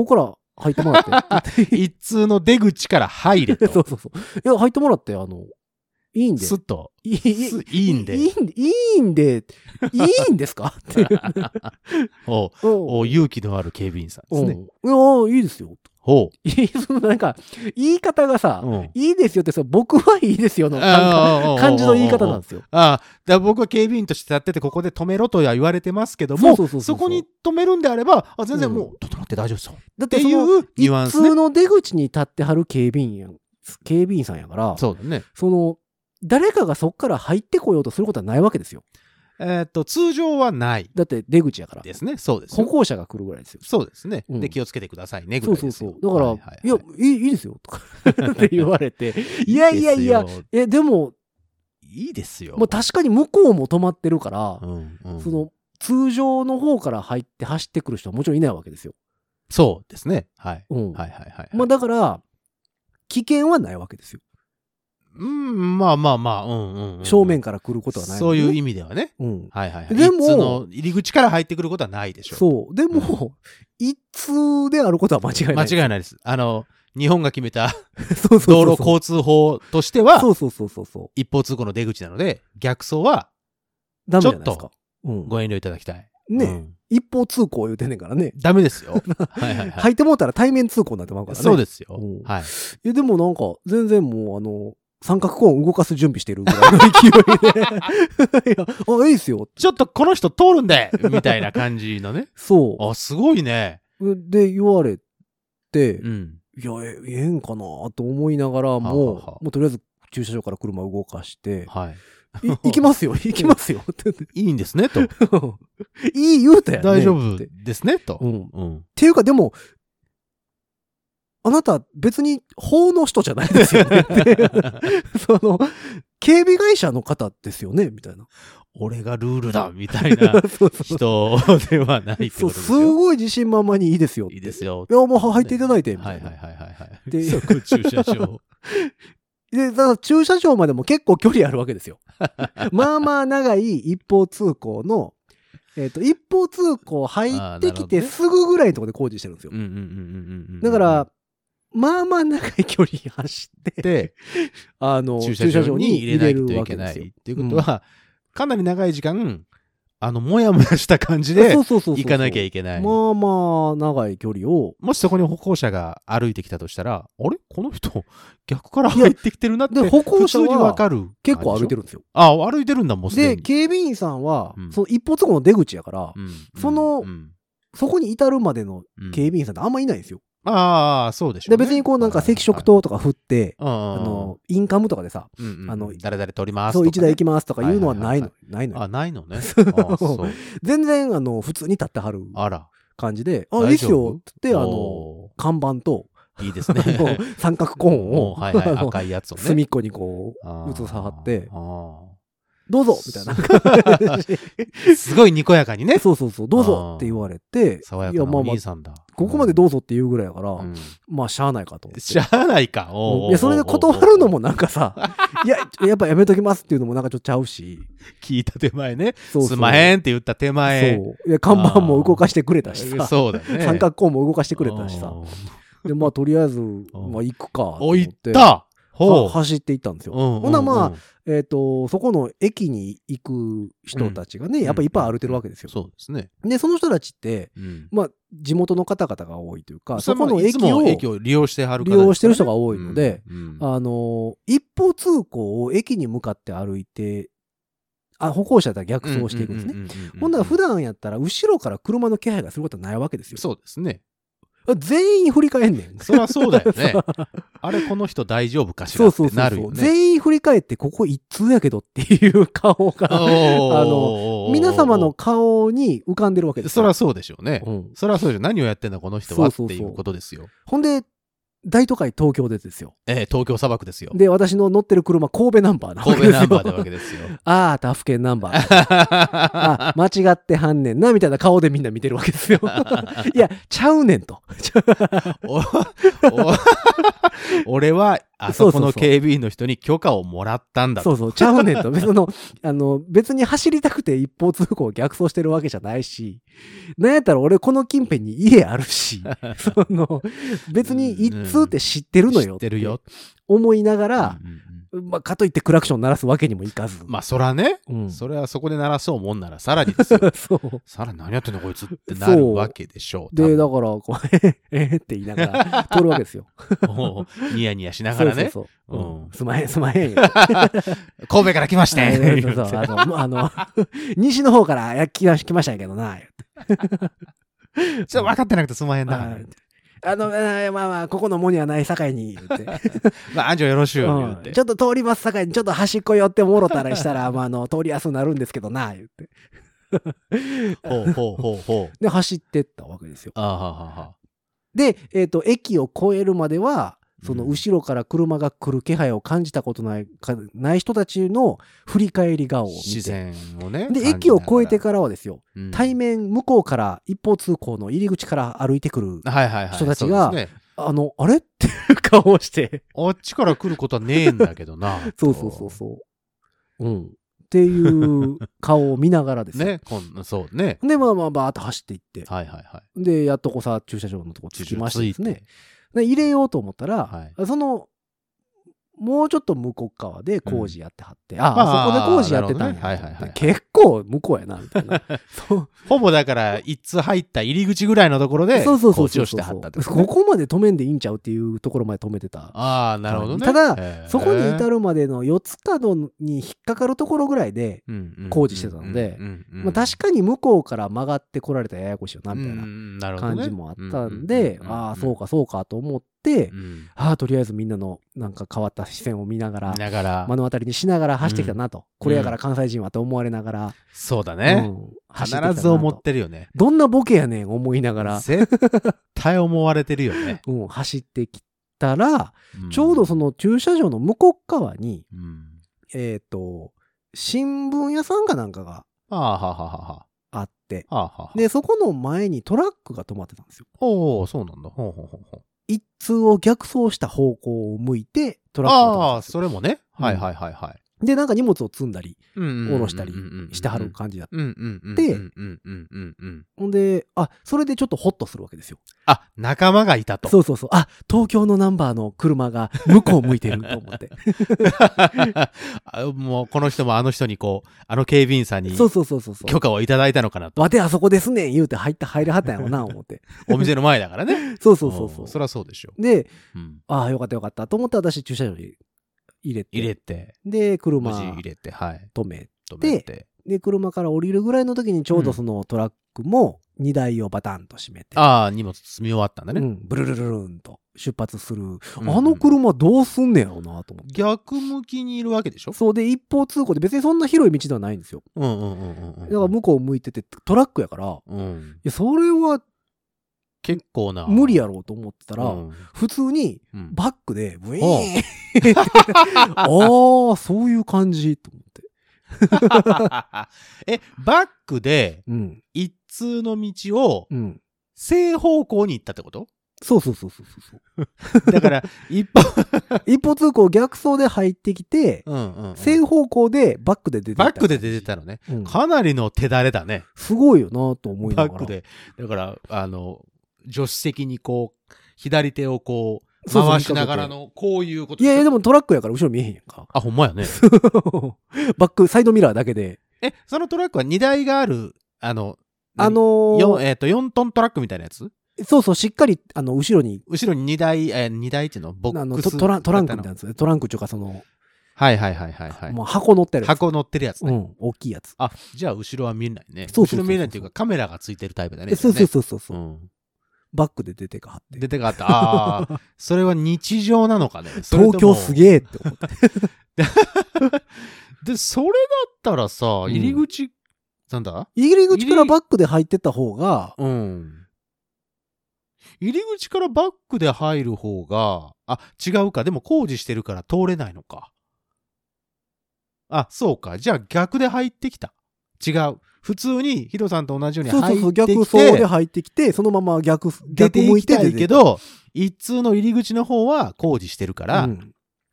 こから入ってもらって。 って一通の出口から入れ そうと。そうそう。いや、入ってもらって、あの、いいんで。すっと。いいいすいいんでい。いんで、いいんで、いいんです かっていう。おうおおう勇気のある警備員さんですね。うんいや、いいですよ。 ほう。いいそのなんか、言い方がさ、うんいいですよってさ、僕はいいですよのなんかああ感じの言い方なんです。ですよ。ああ、だから僕は警備員として立ってて、ここで止めろとは言われてますけども、そうそうそうそうそこに止めるんであれば、あ全然もうう、ちょっと待って大丈夫ですよ。っだっててそいの、うニュアン普スね通。の出口に立ってはる警備員やん、警備員さんやから、そうだね。その、誰かがそっから入ってこようとすることはないわけですよ。えっと、通常はないだって出口やから。ですね。そうです歩よ。行者が来るぐらいですよ。そうですね。うんで、気をつけてくださいね、ぐそうらいそうですそよう。だから、はいいはいやはいい、いいですよ、とか って言われて、いやいやいやいいですよ、え、でも、いいですよ。まあ、確かに向こうも止まってるから、うんうんその、通常の方から入って走ってくる人はもちろんいないわけですよ。そうですね。はい。うん。はいはいはい。まあ、だから、危険はないわけですよ。うん、まあまあまあ、うんうんうん。正面から来ることはない、そういう味。意味ではね。うん。はいはいはい。ででもも、その入り口から入ってくることはないでしょう。そう。でも、一通であることは間違いな間い。違いないです。あの、日本が決めた そうそうそう。道路交通法としては、そうそうそうそうそ一方通行の出口なので、逆走はう。ダメじゃないですちょか。うん。ご遠慮いただきたい。ね、うん一方通行言うてんねんからね。ダメですよ。 はいはいは入ってもうたら対面通行になってまうかい。らね。そうですようん。はい。いや、でもなんか、全然もう、あの、三角コーン動かす準備してるぐらいの勢いで。いや、あ、いいっすよ。。ちょっとこの人通るんでみたいな感じのね そあ、すごいね。う。で、言われて、うん。いや、えええんかなと思いながらも、はあはあはあもうとりあえず駐車場から車動かして、はい行き ますよ、行きますよってい。いいんですね、と。言っていい言うたやん、ね。大丈夫って。ですね、とう。ん。っ うん。ていうか、でも、あなた別に法の人じゃないですよ ねってその、警備会社の方ですよねみたいな。俺がルールだみたいな そうそうそう人ではないってそことうですすよ。ごい自信満々にいいですよって。いいですよい。や、もう入っていただいて、みはたいいな。はいはいはいはい。で即駐 車場。で、だから駐車場までも結構距離あるわけです よ。まあまあ長い一方通行の、えっ、と、一方通行入ってきあーなるほどてねすぐぐらいのところで工事してるんですようん。うんうんうんうん。だから、、まあまあ長い距離走って、で、あの、駐車場に入れないといけ駐車場に入れるなわけでいすよっていうことは、かなり長い時間、あの、もやもやした感じ でそうそうそうそう。行かなきゃいけない。まあまあ長い距離を、もしそこに歩行者が歩いてきたとしたら、あれこの人、逆から入ってきてるなって、で、歩行普者通にわはかる。結構歩いてる。るんですよ。あ、歩いてるんだ、もうすでで、に。警備員さんは、うんその一方通行の出口やから、うんそのうんそこに至るまでのうん警備員さんってあんまいないんですよ。ああ、そうでしょでうね。別にこうなんかはいはい赤色灯とか振って、はい、ああの、インカムとかでさ、ああのの、誰々取りますとそかうね。一台行きますとかいうのはないのは。ないのあ、よ。ない のね。あそう。全然、あの、普通に立ってはるあら。感じで、あ、大丈夫いいっすよってって、あの、お看板 と、ー、いいですねあ。の 三角コーンおを、ーはいはい、あの赤いやつをね。隅っこにこう、あー移さはってあーどうぞみたいな 感じすごいにこやかにね。そうそうそう、どうぞって言われて、爽やいや、かなまあおまあ兄、さんだ。ここまでどうぞって言うぐらいやから、うんまあ、しゃあないかと思って。しゃあないか。おうおうおうおういや、それで断るのもなんかさ、 いや、やっぱやめときますっていうのもなんかちょっとちゃうし、聞いた手前ね。そうそうすまへんって言った手前。そう。いや、看板も動かしてくれたしさ、そうだね。三角コーンも動かしてくれたしさ、うん。で、まあ、とりあえず、まあ、行くかと思お、て。行ったほはう。走って行ったんですよ。うんうんうんほなまあ、えっ、と、そこの駅に行く人たちがね、んやっぱいっぱい歩いてるわけですよ。そうですね。で、その人たちって、うん。まあ、地元の方々が多いというか、そそここのの駅駅を、駅を利用してはる方利用してる人が多いのでうん、うんあの、一方通行を駅に向かって歩いて、あ、歩行者だったら逆走していくんですね。うううううほんなら普段やったら、後ろから車の気配がすることはないわけですよ。そうですね。全員振り返んねん。そりゃそうだよ ね。あれ、この人大丈夫かしそらうっそうてそうなそるう、よね。全員振り返って、ここ一通やけどっていう顔 が。あの皆様の顔に浮かんでるわけですそよりゃそうでしょうね。うんそりゃそうでしょう。何をやってんだ、この人はっそてうそういそううことですよ。ほんで、大都会東京でですよ。ええ東京砂漠ですよ。で、私の乗ってる車、神戸ナンバーなわ神けですよ。戸ナンバーなわけです よ。ああ、他府県ナンバー。あ、間違ってはんねんな、みたいな顔でみんな見てるわけ ですよ。いや、ちゃうねんと。おお俺は、あそこの警備員の人に許可をもらったんだそと。うそう、ちゃうねんと。別の、 あの、別に走りたくて一方通行を逆走してるわけじゃないし、なんやったら俺この近辺に家ある し、その、別に一通って知ってるのよ。知ってるよ。。思いながら、うんうんうんまあ、かといってクラクション鳴らすわけにもいかず。まあ、そらね、うん。そそれはそこで鳴らそうもんなら、さらにで すよ。う。さらに何やってんのこいつってなるわけでしょう。で、だ多から、こう、 ええええって言いながら通るわけですよ。分もう ニヤニヤ しながらね、そうそうそう。うんすまへん、すまへん。神戸から 来ましあて そうそうそうあの、もうあの 西の方からいや来ま来ましたんやけどな。 ちょっと分かってなくてすまへんなあ。あの、えーまあまあ、ここのもにはない境に、言って、まあ、安城よろ しゅううよ、言うんてち。ょっと通ります境に、ちょっと端っこ寄ってもろたらしたら、まあ、 あの、通りやすくなるんですけどな、言って。ほうほうほうほう。で、走ってったわけですよ。ああはあはあ。で、えっ、と、駅を越えるまでは、そのうん後ろから車が来る気配を感じたことない、かない人たちの振り返り顔を視見て。線をね。で、駅を越えてからはですよ、ら対面向こうから一方通行の入り口から歩いてくるはいはいはい、人たちがそうですね、あの、あれっていう顔をして。。あっちから来ることはねえんだけどなそうそうそうそう。うん。っていう顔を見ながらですよ。ね、こんな、そうね。で、まあまあ、バーっと走っていって。はいはいはい。で、やっとこさ、駐車場のとこ着きましてですついねて。。で、入れようと思ったら、はいその、もうちょっと向こう側で工事やってはって、あああ、あそこで工事やってたんや、なるほどねはいはいはい結構向こうやな、みたいな。そうほぼだから、一通入った入り口ぐらいのところで、そうそうそう工事そうをしてはったってことねここまで止めんでいいんちゃうっていうところまで止めてた。ああ、なるほどね。ただえーそこに至るまでの四つ角に引っかかるところぐらいで、うんうん工事してたのでうんうんうんまあ、確かに向こうから曲がってこられたらややこしいよなうんみたいうんなるなほどね感じもあったんで、ああ、そう。かそうかと思ってう、んうんうんああ、とりあえずみんなのなんか変わった視線を見ながうんら見、ながら目、の当たりにしながら走ってきたなと、これやから関西人はと思われながら、そうだうね。ん走ってきたなと必ず思ってるよね。どんなボケやねん思いながら、。絶対思われてるよねうん、走ってきたら、んちょうどそ、の駐車場の向こう側に、うんえっ、と、新聞屋さんかなんかがああ、はあはあはあはあ。あって、はあはあはあ、で、そこの前にトラックが止まってたんですよ。おおそうなんだ。ほうほうほうほう。一通を逆走した方向を向いて、トラックが通ああ、ってたそれもね。うんはいはいはいはい。で、なんか荷物を積んだり、下下ろしたりしてはる。感じだっうんうんうん。でうんうんうんうんうん。た。ほんで、あ、それでちょっとホッとするわけですよ。あ、仲間がいたと。そうそうそう。あ、東京のナンバーの車が向こう向いてると思 って。あもう、この人もあの人にこう、あの警備員さんにそうそうそうそうそう。許可をいただいたのかなと。わてあそこですねん言うて入った入れはったんやろな、思 って。お店の前だからね。そう そうそうそんう。そりゃそうでしょ。で、うんああ、よかったよかったと思って私駐車場に入れて。入れて、で、無車事入止れて、はい。め止めて。で、車から降りるぐらいの時にちょうどそのトラックも荷台をバタンと閉めて、ああ、荷物積み終わったんだうね。ん、ブルルルルンと出発する。うんあの車どうすんねやろうなと思って。逆向きにいるわけでしょそうで、一方通行で別にそんな広い道ではないんですよ。うんうんうんうんうん。だから向こう向いててトラックやから、いうん。や、それは結構な。無理やろうと思ってた、から普通にうんバッ クでブイーンああ、そういう感じと思って。 え、バックで、うん。一通の道をうん。正方向に行ったってことそうそうそうそうそう。だから、一方、一方通行逆走で入ってきて、うんうんうん正方向でバックで出てったバックで出てたのね。うんかなりの手だれだね。すごいよなと思いなバがら。ックで。だから、あの、助手席にこう、左手をこう、そうそう回しながらの、こういうこといやいや、でも。もトラックやから後ろ見えへんやん か。あ、ほんまやね。バック、サイドミラーだけで。え、そのトラックは荷台がある、あの、あの何、よんー、えっ、と、4トントラックみたいなやつそうそう、しっかり、あの、後ろに、後ろに荷台、えー荷台っていうのボあッのクトストラントランクみたいなな。やつ。トランクっていうか、その、はいはいはいはいはい。もう箱乗ってるやつ。箱乗ってるやつうね。ん、大きいやつ。あ、じゃあ後ろは見えないね。そうそうそうそう後ろ見えないっていうかカメラがついてるタイプだね。えそうそうねそうそうそう、うん。バックで出てかはって。出てかった。ああ、それは日常なのかね。 東京すえ。げえっ て思って。で、それだったらさ、ん入り口、なんだ入り口からバックで入ってった方が、うん。入り口からバックで入る方が、あ、違うか。でも工事してるから通れないのか。あ、そうか。じゃあ逆で入ってきた。違う。普通にヒロさんと同じようにそう入っそてうきてそう、逆走で入ってきて、そのまま逆、出逆て向いいきてた出いてけったど、一通の入り口の方は工事してるから、うん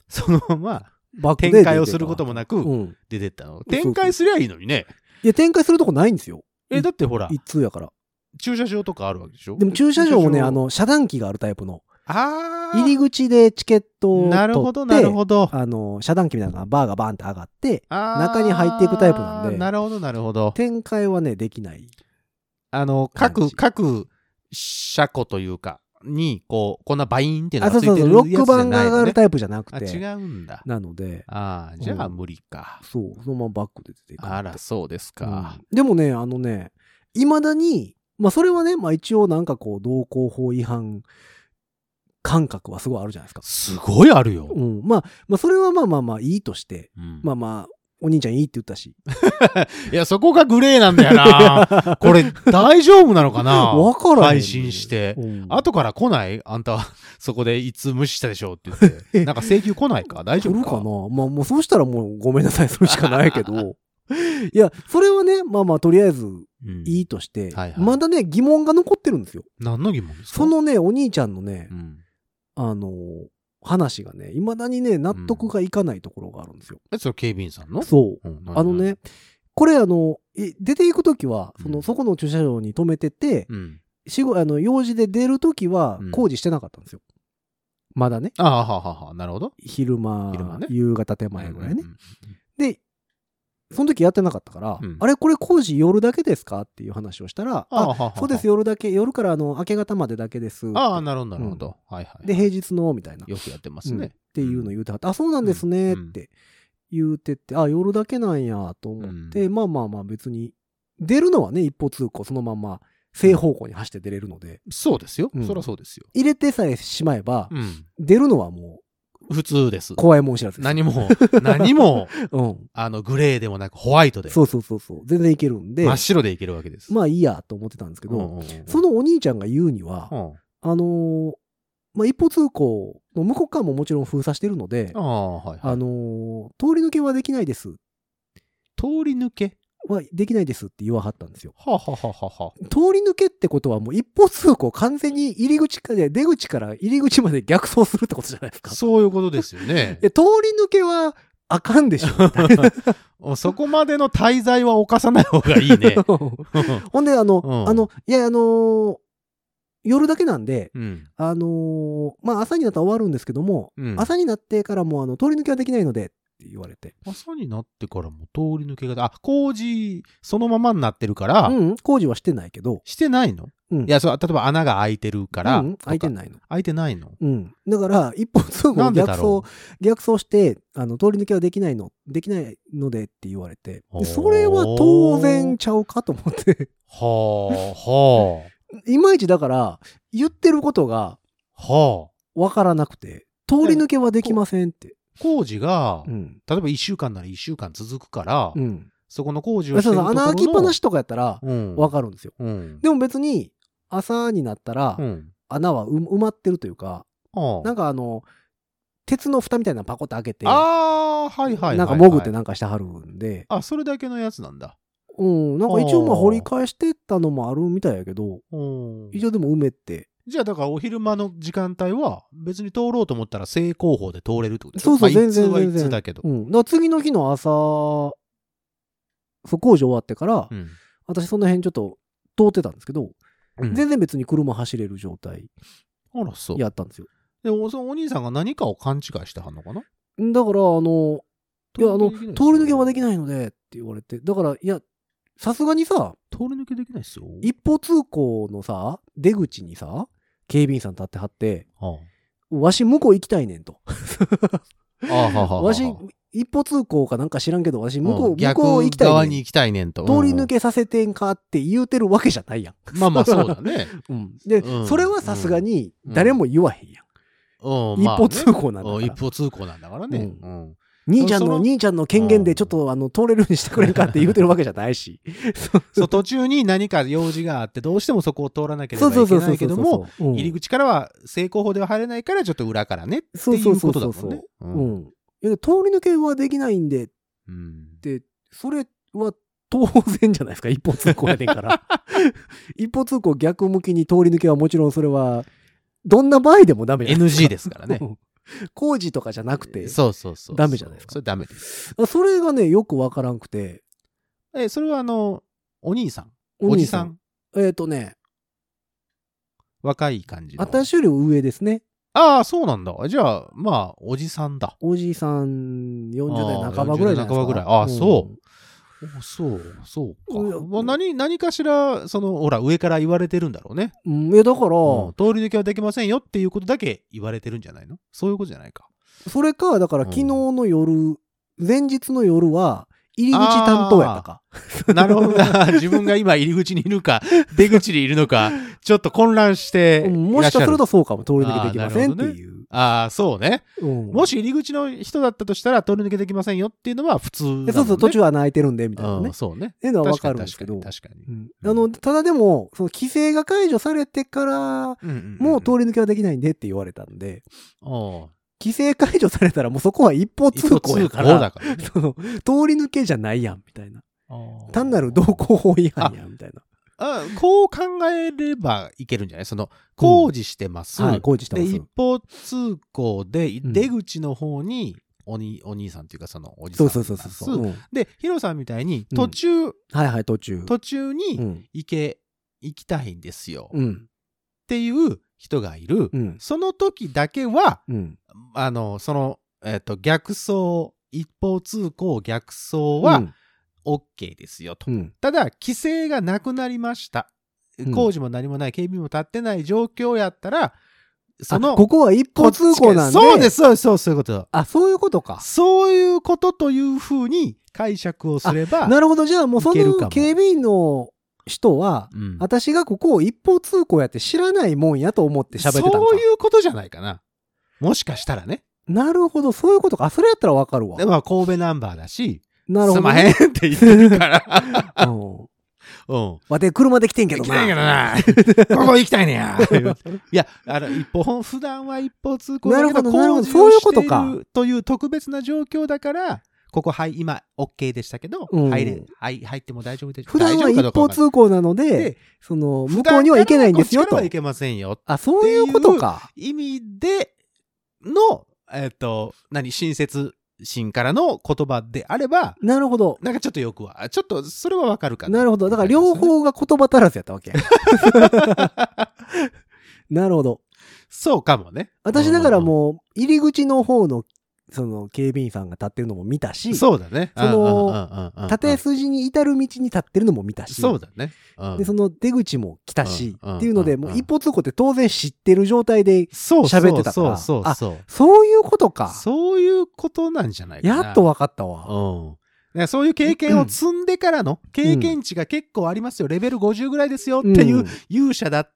そのままバックで出て展開をすることもなくうん。出てったの。そう展開すりゃいいのにね。いや、展開するとこないんですよ。え、だってほら、一通やから。駐車場とかあるわけでしょでも駐車場もね、あ、駐の、遮断機があるタイプの。あー入り口でチケットを取って、なるほど、なるほど。あの、遮断機みたいなのがバーがバーンって上がって、中中に入っていくタイプなんでなるほど、なるほど。展開はね、できない。あの、感各、じ各車庫というか、に、こう、こんなバインっていうあ、のそがうつそういてそう、るロやつじックゃ板なが上いのがねる。タイプじゃなくあ、て。違うんだ。なので、ああ、じゃあ無理か。そう、そのままバックで出ていくあら、そうですか。うんでもね、あのね、いまだに、まあそれはね、まあ一応なんかこう、道交法違反感覚はすごいあるじゃないですか。すごいあるよ。うん。まあ、まあそれはまあまあまあいいとして、うんまあまあ、お兄ちゃんいいって言ったし。いや、そこがグレーなんだよ な。これ、大丈夫なのかなわからへんね配信して。うん後から来ないあんた、 そこでいつ無視したでしょうって言って。なんか請求来ないか大丈来夫るかかなまあもうそうしたらもうごめんなさい、するしかないけ ど。いや、それはね、まあまあとりあえずうんいいとして、はいはいまだね、疑問が残ってるんですよ。何の疑問ですかそ、のね、お兄ちゃんのねう、んあのー話がね、いまだにね、納得がいかないところがあるんですよ。え、それ警備員さんのそう。うんあの。ね、これあの、い出ていくときは、その、うんそこの駐車場に止めてて、何うん。仕事、あの、用事で出るときはうん工事してなかったんですよ。まだね、ああ、はははなるほど。昼間、昼間ね夕方手前ぐらいね。うん。で、その時やってなかったから、うんあれこれ工事夜だけですかっていう話をしたら、あああ、ははそうです、夜だけ、夜からあの、明け方までだけです。ああ、なるほど、なるほど。はいはい。で、平日の、みたいな。よくやってますうんっね。ていうの言うてはった。あ、そうなんですねっうんうんて言うてって、あ、夜だけなんやと思って、うまあまあまあ別に、出るのはね、一歩通行、そのまま正方向に走って出れるので、そうですよう。んそりゃそうですよ。入れてさえしまえば、うん。出るのはも普通ですう。怖いもん知らずです。何も、 何も、うん。あの、グレーでもなく、ホワイトで。そうそうそうそう。全然いけるんで真、っ白でいけるわけです。まあいいやと思ってたんですけうんど、うんうんそのお兄ちゃんが言うには、うんあのーまあ一歩通行の向こう側ももちろん封鎖してるのであ、あ、はい、はい。あのー通り抜けはできないです。通り抜けはできないですって言わはったんですよ。はあ、はあはあはは通り抜けってことはもう一歩通行完全に入り口から出口から入り口まで逆走するってことじゃないですか。そういうことですよ 。ねえ通り抜けはあかんでしょ。そこまでの滞在は犯さない方がいいね。 ほんであの、うんあの、いやあのー夜だけなんで、うん。あのーまあ朝になったら終わるんですけども、うん、朝になってからもうあの通り抜けはできないのでって言われて。朝になってからも通り抜けが、あ、工事そのままになってるから、うん、工事はしてないけど、してないの、うんいや、そう、例えば穴が開いてるから、うん、空いてい。ないの。開いてないのうん。だから、一歩通行なをんで逆だ走ろ逆走して、あの、通り抜けはできないの、できないのでって言われてお、ーそれは当然ちゃうかと思って、 う。はいまいちだから、言ってることがあ、はあ、はあ。わからなくて、通り抜けはできませんって。工事が、うん。例えば1週間なら1週間続くから、うん。そこの工事そうをしてるそとう、ころの穴開きっぱなしとかやったら、うん。わかるんですよ。うん。でも別に、朝になったらう、ん。穴はう埋まってるというか、はあなんかあの、鉄の蓋みたいなのパコッと開けて、ああ、はいはいはいはい。なんか潜ってなんかしてはるんで、あ、それだけのやつなんだ。うん、なんか一応まあ掘り返してったのもあるみたいやけど、うん一応でも埋めて、じゃあ、だからお昼間の時間帯は、別に通ろうと思ったら正攻法で通れるってことそうそう、まあ全然一通は全一然。通だけどう。ん。だから次の日の朝、そう工事終わってから、うん私その辺ちょっと通ってたんですけど、うん全然別に車走れる状態あら、そう。やったんですよ。でも、そのお兄さんが何かを勘違いしてはんのかだなから、あの、いや、あの、通り抜けはできい。ないので、って言われて。だから、いや、さすがにさ、通り抜けできないっすよ。一方通行のさ、出口にさ、警備員さん立ってはって、あわし向こう行きたいねんと。あああははははわし、一歩通行かなんか知らんけど、わし向こう、うん向こう行き逆た側いにねん。行きたいねんと。通り抜けさせてんかって言うてるわけじゃないやん。うん。まあまあ、そう だね。うんで、うんそれはさすがに誰も言わへんやん。うん。一まあ歩ね通行なんだかうらん一方通行なんだからね。ううん。兄ちゃんその、の兄ちゃんの権限でちょっと、あの、通れるようにしてくれんかって言うてるわけじゃないし。そう、途中に何か用事があって、どうしてもそこを通らなけ れそばうそうそいうけなそういそけうどそう。も、うん入り口からは正攻法では入れないから、ちょっと裏からねってそういそううそこうとそうだもんね。ううんん。いや通り抜けはできないんでっうん。て、それは当然じゃないですか。一方通行やねんから。 一方通行逆向きに通り抜けはもちろんそれは、どんな場合でもダメじゃないですか NG ですからねう。ん工事とかじゃなくて、そうそうそう。ダメじゃないですかそれダメです。それがね、よくわからんくて、え、それはあの、お兄さん。おお兄じささん。ん。えっ、とね、若い感じの。私より上ですね。ああ、そうなんだ。じゃあ、まあ、おじさんだ。おじさん40あ代ー半ばぐらいじゃないですか。。40代半ばぐらいあーそうおそう、そういやか。まあ、何、何かしら、その、ほら、上から言われてるんだろうね。うん、いやだから、うん通り抜けはできませんよっていうことだけ言われてるんじゃないのそういうことじゃないか。それか、だからうん昨日の夜、前日の夜は、入り口担当やったか。なるほどな。 自分が今入り口にい るか、出口にいるのか、ちょっと混乱してういんらもっししかゃる。するとそうかも、通り抜けできませんっていう。ああ、そうね。うんもし入り口の人だったとしたら、通り抜けできませんよっていうのは普通だもん、でね。そうそう、途中穴開いてるんで、みたいなうねん、。そうね。っていうのはわ確かかるにんですけ確かどに。確かに。うんあの、ただでも、その規制が解除されてから、うんうんもう通り、り抜けはできないんでって言われたんで、おう規制解除されたらもうそこは一方通行やか一方通行だら、からね その、通り抜けじゃないやん、みたいな。おう単なる道交法違反やん、みたいな。あこう考えればいけるんじゃないその、工事してます。はい、工事してで、ます。一方通行で、いうん出口の方に、おに、お兄さんっていうか、その、おじさそんうがいそまうす。そうそう。うんで、ヒロさんみたいに、うん途中、はいはい、途中。途中うにん。行け、行きたいんですよ。うっん。ていう人がいる。うん。その時だけは、うん。あの、その、えっ、と、逆走、一方通行逆走は、OK ですよと。うん、うん。ただ、規制がなくなりましたうん。工事も何もない、警備も立ってない状況やったら、その、あここは一方通行なんで。そうです、そうです、そうですそういうこと。あ、そういうことか。そういうことというふうに解釈をすれば、なるほど。じゃあもうそいけるかのも警備員の人は、うん私がここを一方通行やって知らないもんやと思って喋ってたんかそういうことじゃないかな。もしかしたらね。なるほど。そういうことか。あ、それやったらわかるわで。まあ、神戸ナンバーだし、なるほど。すまへんって言ってる から。うん。うん。わて、車で来てんけど行きな。たいけどな。ここ行きたいねや。 いや、あの、一方、普段は一方通行だけなるほど、どなるほど工事そういをうしこてといかるという特別な状況だから、ここ、はい、今、OK でしたけど、うん入れ、はい、入っても大丈夫でしょ普段は大丈夫か一どうか方わかんない通行なので、で、その、向こうには行けないんですよ普段からこっちからとは。行けませんよ。あ、そういうことか。意味での、えっ、と、何、親切心からの言葉であれば、なるほど。なんかちょっとよくは、ちょっとそれはわかるかなるほど。だから両方が言葉足らずやったわけ。なるほど。 そうかもね。私だからもう、入り口の方の、その、警備員さんが立ってるのも見たうし、んそうだね。そのの縦筋に至る道に立ってるのも見たし、そうだね。うんで、その出口も来たし、うんっていうので、うんもう一方通行って当然知ってる状態で、そうそう喋ってたからそうそうそう。そういうことか。そういうことなんじゃないかな。やっと分かったわ。うん。だからそういう経験を積んでからの、経験値が結構ありますよ。レベル50ぐらいですよっていううん勇者だっ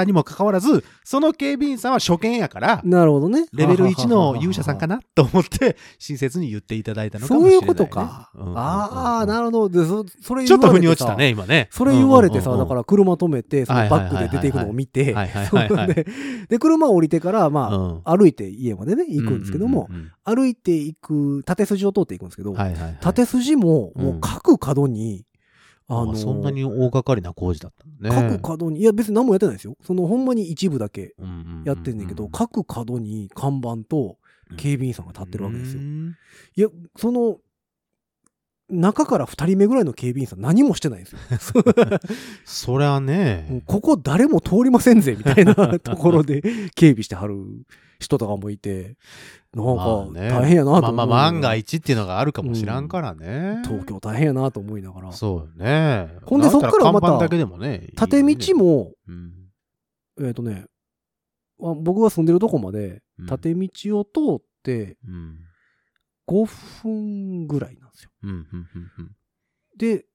ったにもかかわらず、その警備員さんは初見やから、なるほどね。レベル1の勇者さんかなと思って、親切に言っていただいたのかもそうしいれなうこい、ね。とか。ああ、るなるほど。で、そそれちょ言っとわ腑れにて落ちたさ、ね、今ね。それ言われてさ、うんうんうだんから車止めて、そのバックで出ていくのを見て、はいは いはいはいでで、車を降りてから、まうんあ、歩いて家までね、行くんですけども、うんうん歩いていく、縦筋を通っていくんですけど、うんうんはいはいはい縦筋も、うんもう各角に、あの、あそんなに大掛かりな工事だったんだね。各角に、いや別に何もやってないですよ。その、ほんまに一部だけうんううやってんだけど、各角に看板と警備員さんが立ってるわけですよう。んいや、その、中から2人目ぐらいの警備員さん何もしてないんですよ。そりゃもうね、ここ誰も通りませんぜ、みたい なところで警備してはる人とかもいて、なんかまあね大変やなと思う、まあまあ万が一っていうのがあるかもしらんからね。東京大変やなと思いながら。そうよね。ほんでなんそっからまた看板だけでもね。縦道いいよね、も、うんえっ、とね、あ僕が住んでるとこまでうん、縦道を通ってうん5分ぐらいなんですよ。うんうんうんうんで、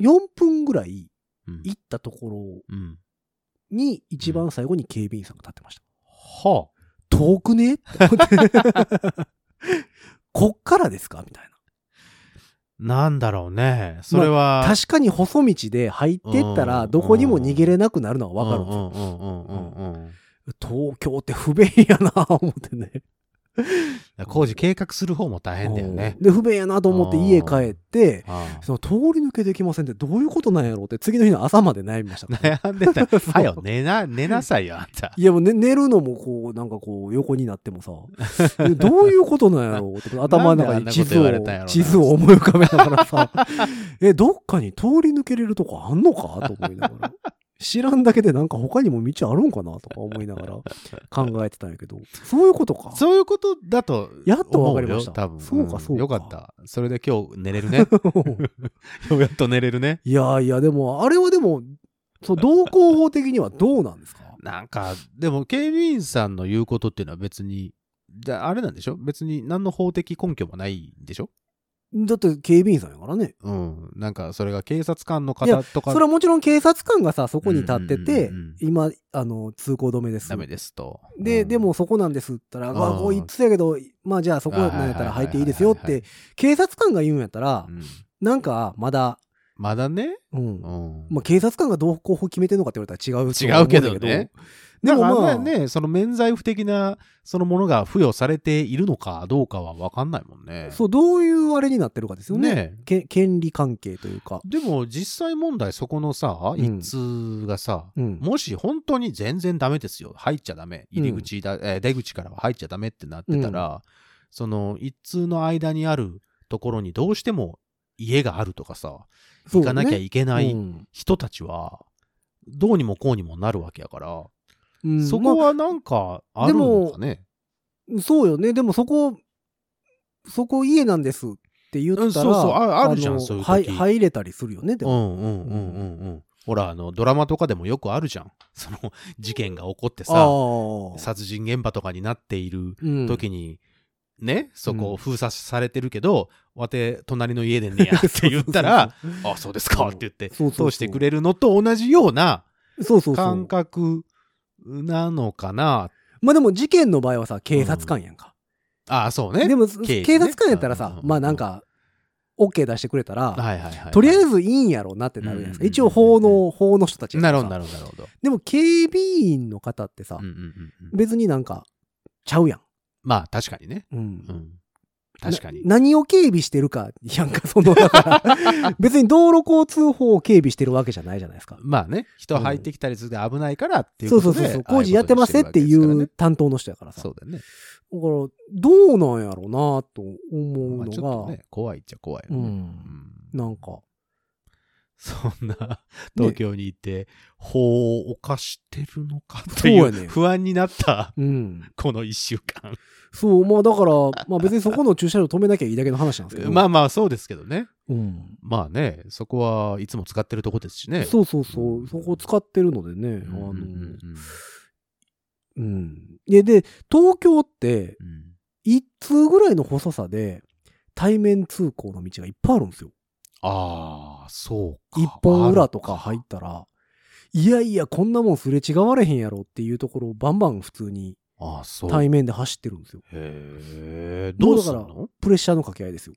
4分ぐらいうん行ったとこうんろに一番最後に警備員さんが立ってました。はあ遠くねって思 って。 こっからですかみたいなんだろうね。それな。は。確かに細道で入ってったうら、んどこにも逃げれなくなるのはわかるんうでんすうよ。んうんうんうんうん東京って不便やな、思ってね。工事計画する方も大変だよねう。んで、不便やなと思って家帰って、あ あその通り抜けできませんってどういうことなんやろうって次の日の朝まで悩みました。悩んでた。そうはよ、寝な、寝なさいよ、あんた。いやもう、ね、寝るのもこう、なんかこう横になってもさ、えどういうことなん やろうって頭の中に地図なんであんなこと言われたんやろうを、な地図を思い浮かべながらさ、 え、どっかに通り抜けれるとこあんのかと思いながら。知らんだけでなんか他にも道あるんかなとか思いながら考えてたんやけど、そういうことか。そういうことだと思うよ。やっとわかりました多分。そうかそうんかよかった。それで今日寝れ るね。ようやっと寝れるね。いやいや、でも、あれはでも、そう、同行法的にはどうなんですかなんか、でも警備員さんの言うことっていうのは別に、じゃああれなんでしょ別に何の法的根拠もないんでしょだって警備員さんやからね。うん。なんか、それが警察官のいや方とかそれはもちろん警察官がさ、そこに立っててうんうんうんうん、今、あの、通行止めですダ。メですと。で、うんでも、そこなんですって言ったら、うんあ、こう言ってたけど、まあじゃあそこなんやったら入っていいですよっはいはいはいて、警察官が言うんやったらう、んなんかまだ、まだね。うんう。ん。まあ警察官がどう候補決めてんのかって言われたら違うと違思うけどね。でもだかまらあ、ね、その免罪符的なそのものが付与されているのかどうかは分かんないもんね。そう、どういうあれになってるかですよね。ねけ権利関係というか。でも実際問題そこのさ、うん一通がさ、うん。もし本当に全然ダメですよ。入っちゃダメ。入り口だ、えー出口からは入っちゃダメってなってたら、その一通の間にあるところにどうしても家があるとかさ、そ行うかだねなきゃいけないうん人たちは、どうにもこうにもなるわけやから、うんそこはなんかあるのかね。そうよね。でもそこ、そこ家なんですって言ったら、うんそうそうああるじゃんのそういう時はい入れたりするよね、でうも。んうんうんうんうん。ほら、あの、ドラマとかでもよくあるじゃん。その、事件が起こってあさ、ー殺人現場とかになっているうん時に、ね、そこうを封鎖されてるけど、わて、隣の家でねやって言ったら、 そうそうそうあ、そうですかって言って、そうそうそう通してくれるのと同じようなそうそうそう感覚なのかな。まあでも事件の場合はさ、警察官やんか。あ、そうね。でも、刑事ね警察官やったらうんうんさう、んまあなんか、OK 出してくれたら、はいはいはい。とりあえずいいんやろうなってなるじゃないですか。うん一応法の、法の人たちやかならるさほど、なるほど、なるほど。でも警備員の方ってさうん、うんうんうん別になんか、ちゃうやん。まあ、確かにね。うんうん。確かに。な何を警備してるか、やんか、その、だ から、別に道路交通法を警備してるわけじゃないじゃないですか。まあね、人入ってきたりするで危ないからっていうそうことそうで、そうそう。工事やってますっていああいうことにしてるわけうです担当の人やからからさ。ねだそうかだよね。ら、どうなんやろうなと思まうあ、ちのょっが、とね、怖いっちゃ怖いようね。ん。うんなんか、そんな東京にいて、法を犯してるのかってそいううやね不安になった、 うん。この一週 間。そう、まあだから、まあ別にそこの駐車場止めなきゃいいだけの話なんですけど。 まあまあ、そうですけどね。うん。まあね、そこはいつも使ってるとこですしね。そうそうそうう。んそこを使ってるのでね。あうんのうんううん、ん。で、で、東京って、うん一通ぐらいの細さで、対面通行の道がいっぱいあるんですよ。ああ、そうか。一本裏とか入ったら、いやいや、こんなもんすれ違われへんやろっていうところをバンバン普通にあそう。へ対面で走ってるんですよ。え。どうすんのプレッシャーの掛け合いですよ。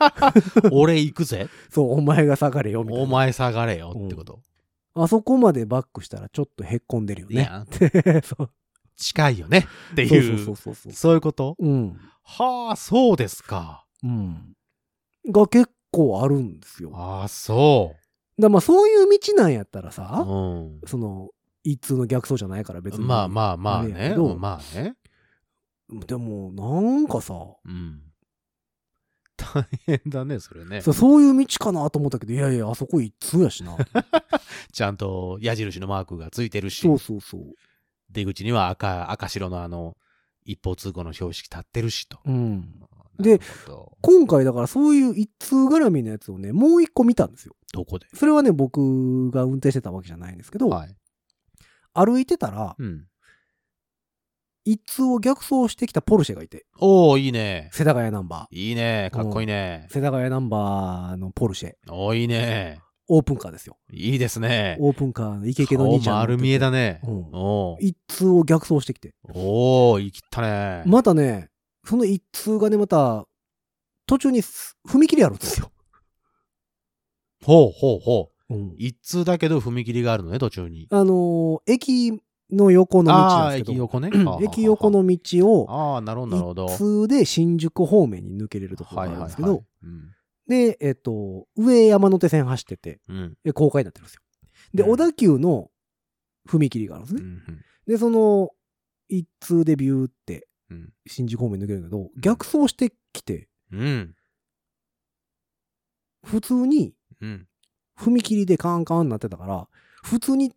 俺行くぜ。そう、お前が下がれよ、みたおいな。前下がれよってこと。あそこまでバックしたらちょっとへっこんでるよねね。。 そう近いよね。ってそういそうう。そうそう。そういうことうん。はあ、そうですか。うん。が結構あるんですよ。だかああ、そらまあそういう道なんやったらう。さ、うん。その、一通の逆走じゃないから別に。まあまあまああれやね。けどうんまあね。でも、なんかさ、 うん。大変だね、それね。そうそういう道かなと思ったけど、いやいや、あそこ一通やしな。ちゃんと矢印のマークがついてるしそ、うそうそう。出口には赤、赤白のあの、一方通行の標識立ってるしと。うん。なでるほど、今回だからそういう一通絡みのやつをね、もう一個見たんですよ。どこでそれはね、僕が運転してたわけじゃないんですけど、はい。歩いてたら、うん。一通を逆走してきたポルシェがいて、おおいいね。世田谷ナンバいいね。かっこいいねー。。世田谷ナンバーのポルシェ、おーいいね。オープンカーですよ。いいですね。オープンカーのイケイケの兄ちゃん。顔丸見えだね。うんおー一通を逆走してきて。おー、いきったね。またね、その一通がね、また、途中にす踏切あるんですよ。ほうほうほう。うん一通だけど踏切があるのね、途中に。あのー駅の横の道あなんあー、ですけ駅ど、横ね。うん駅横。の道を、ああ、なるほど、なるほど。一通で新宿方面に抜けれるところがあるんですけど、いうんで、えっと、上山手線走ってて、うん。で公開になってるんですよ。で、うん小田急の踏切があるんですうんうね。んで、その、一通でビューってうん新宿方面に抜けるけど、逆走してきて、うん。普通にうん。踏切でカンカンになってたから、普通に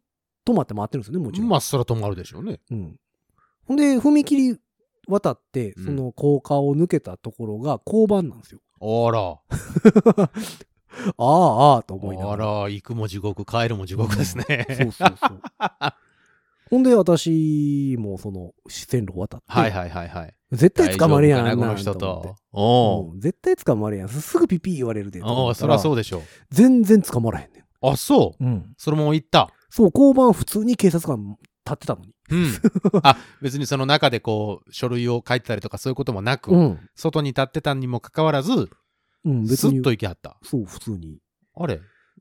止まって回ってるんですよね、もちろん。まあ、そら止まるでしょうね。うん。ほんで、踏切渡って、うんその高架を抜けたところが交番なんですよ。あら。ああ、ああ、と思いなあがら。ら、行くも地獄、帰るも地獄ですそねう。そう そう。ほんで、私もその、視線路渡って、はいはいは いはい。絶対捕まるやん、大丈夫あかなこんなのん人思ってと。おうん絶対捕まるやん。すぐピピ言われるで。お。おお、そらそうう。でしょ全然捕まらへんね。う。あ、そうんうん。そのまま行った。そう、交番普通に警察官立ってたのに。 うん。あ、別にその中でこう、書類を書いてたりとかそういうこともなく、ん。外に立ってたにもかかわらず、うん、別スにッと。行きはった。そう、普通に。あれ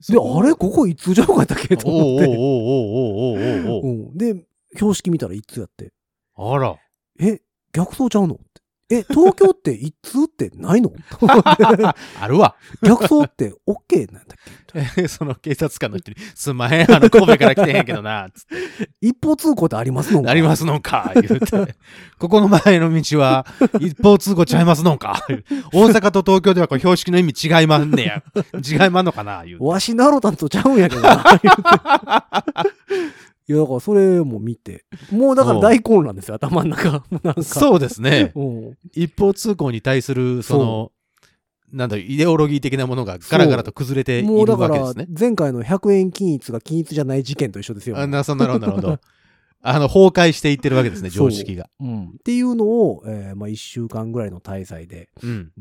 で、あれここ一通じゃなかったっけと思おっうおうて。おうおうおうおうおううん。で、標識見たら一通やって。おう。あら。え、逆走ちゃうのって。え、東京って一通ってないのと思って あるわ。逆走って OK なんだっけ その警察官の人に、すんまへん、あの神戸から来てへんけどな、つって一方通行ってありますのなりますのんか、言うて。 ここの前の道は、一方通行ちゃいますのんか。大阪と東京ではこう標識の意味違いまんねや。違いまんのかな、言うて。わしなろたんとちゃうんやけどな。 言うていや、だからそれも見て。もうだから大混乱ですよ、頭の中。もうなんか。そうですね。う。ん。一方通行に対する、そのそ、なんだろう、イデオロギー的なものがガラガラと崩れているもうだかわけでらすね、。前回の100円均一が均一じゃない事件と一緒ですよ。あなそうなるほど、なるほど。あの、崩壊していってるわけですね、そう常識が。うんっていうのを、えーまあ、1週間ぐらいの滞在で、うん。うん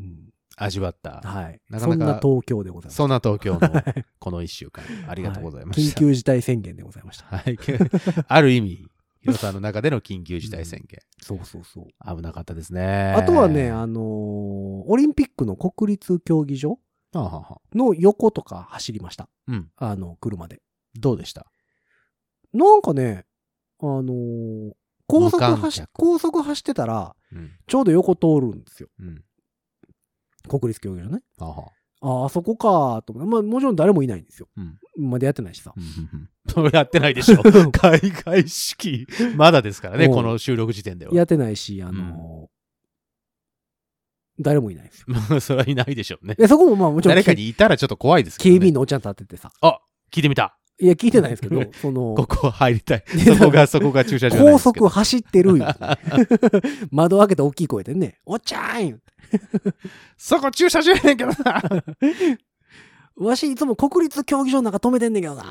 味わった。はいなかなかそんな東京でございます。そんな東京の、この一週間、ありがとうございまし緊た。急事態宣言でございました。はい。 ある意味、ヒロさんの中での緊急事態宣言。そうそうそう。危なかったですね。あとはね、あのーオリンピックの国立競技場はあはあはあの横とか走りました。うん。あの、車で。どうでしたなんかね、あのー高速無観走客、高速走ってたら、うん。ちょうど横通るんですよ。うん。国立競技場ね。はあはああーあ、そこかーと思って。まあ、もちろん誰もいないんですよ。うんまだやってないしさ。うんそうやってないでしょ。開会式、まだですからね、うんこの収録時点では。やってないし、あのー誰もいないんですよ。 それはいないでしょうね。で、そこもまあもちろん、誰かにいたらちょっと怖いですけ警ど、ね。備員のおっちゃん立っててさ。聞いてみた。いや、聞いてないんですけ ど、その、ここ入りたい。そこが、そこが駐車場なんで高すけど速走ってるよ 窓開けて大きい声でね、おっちゃんそこ駐車場やねんけどな。わしいつも国立競技場なんか止めてんねんけどな。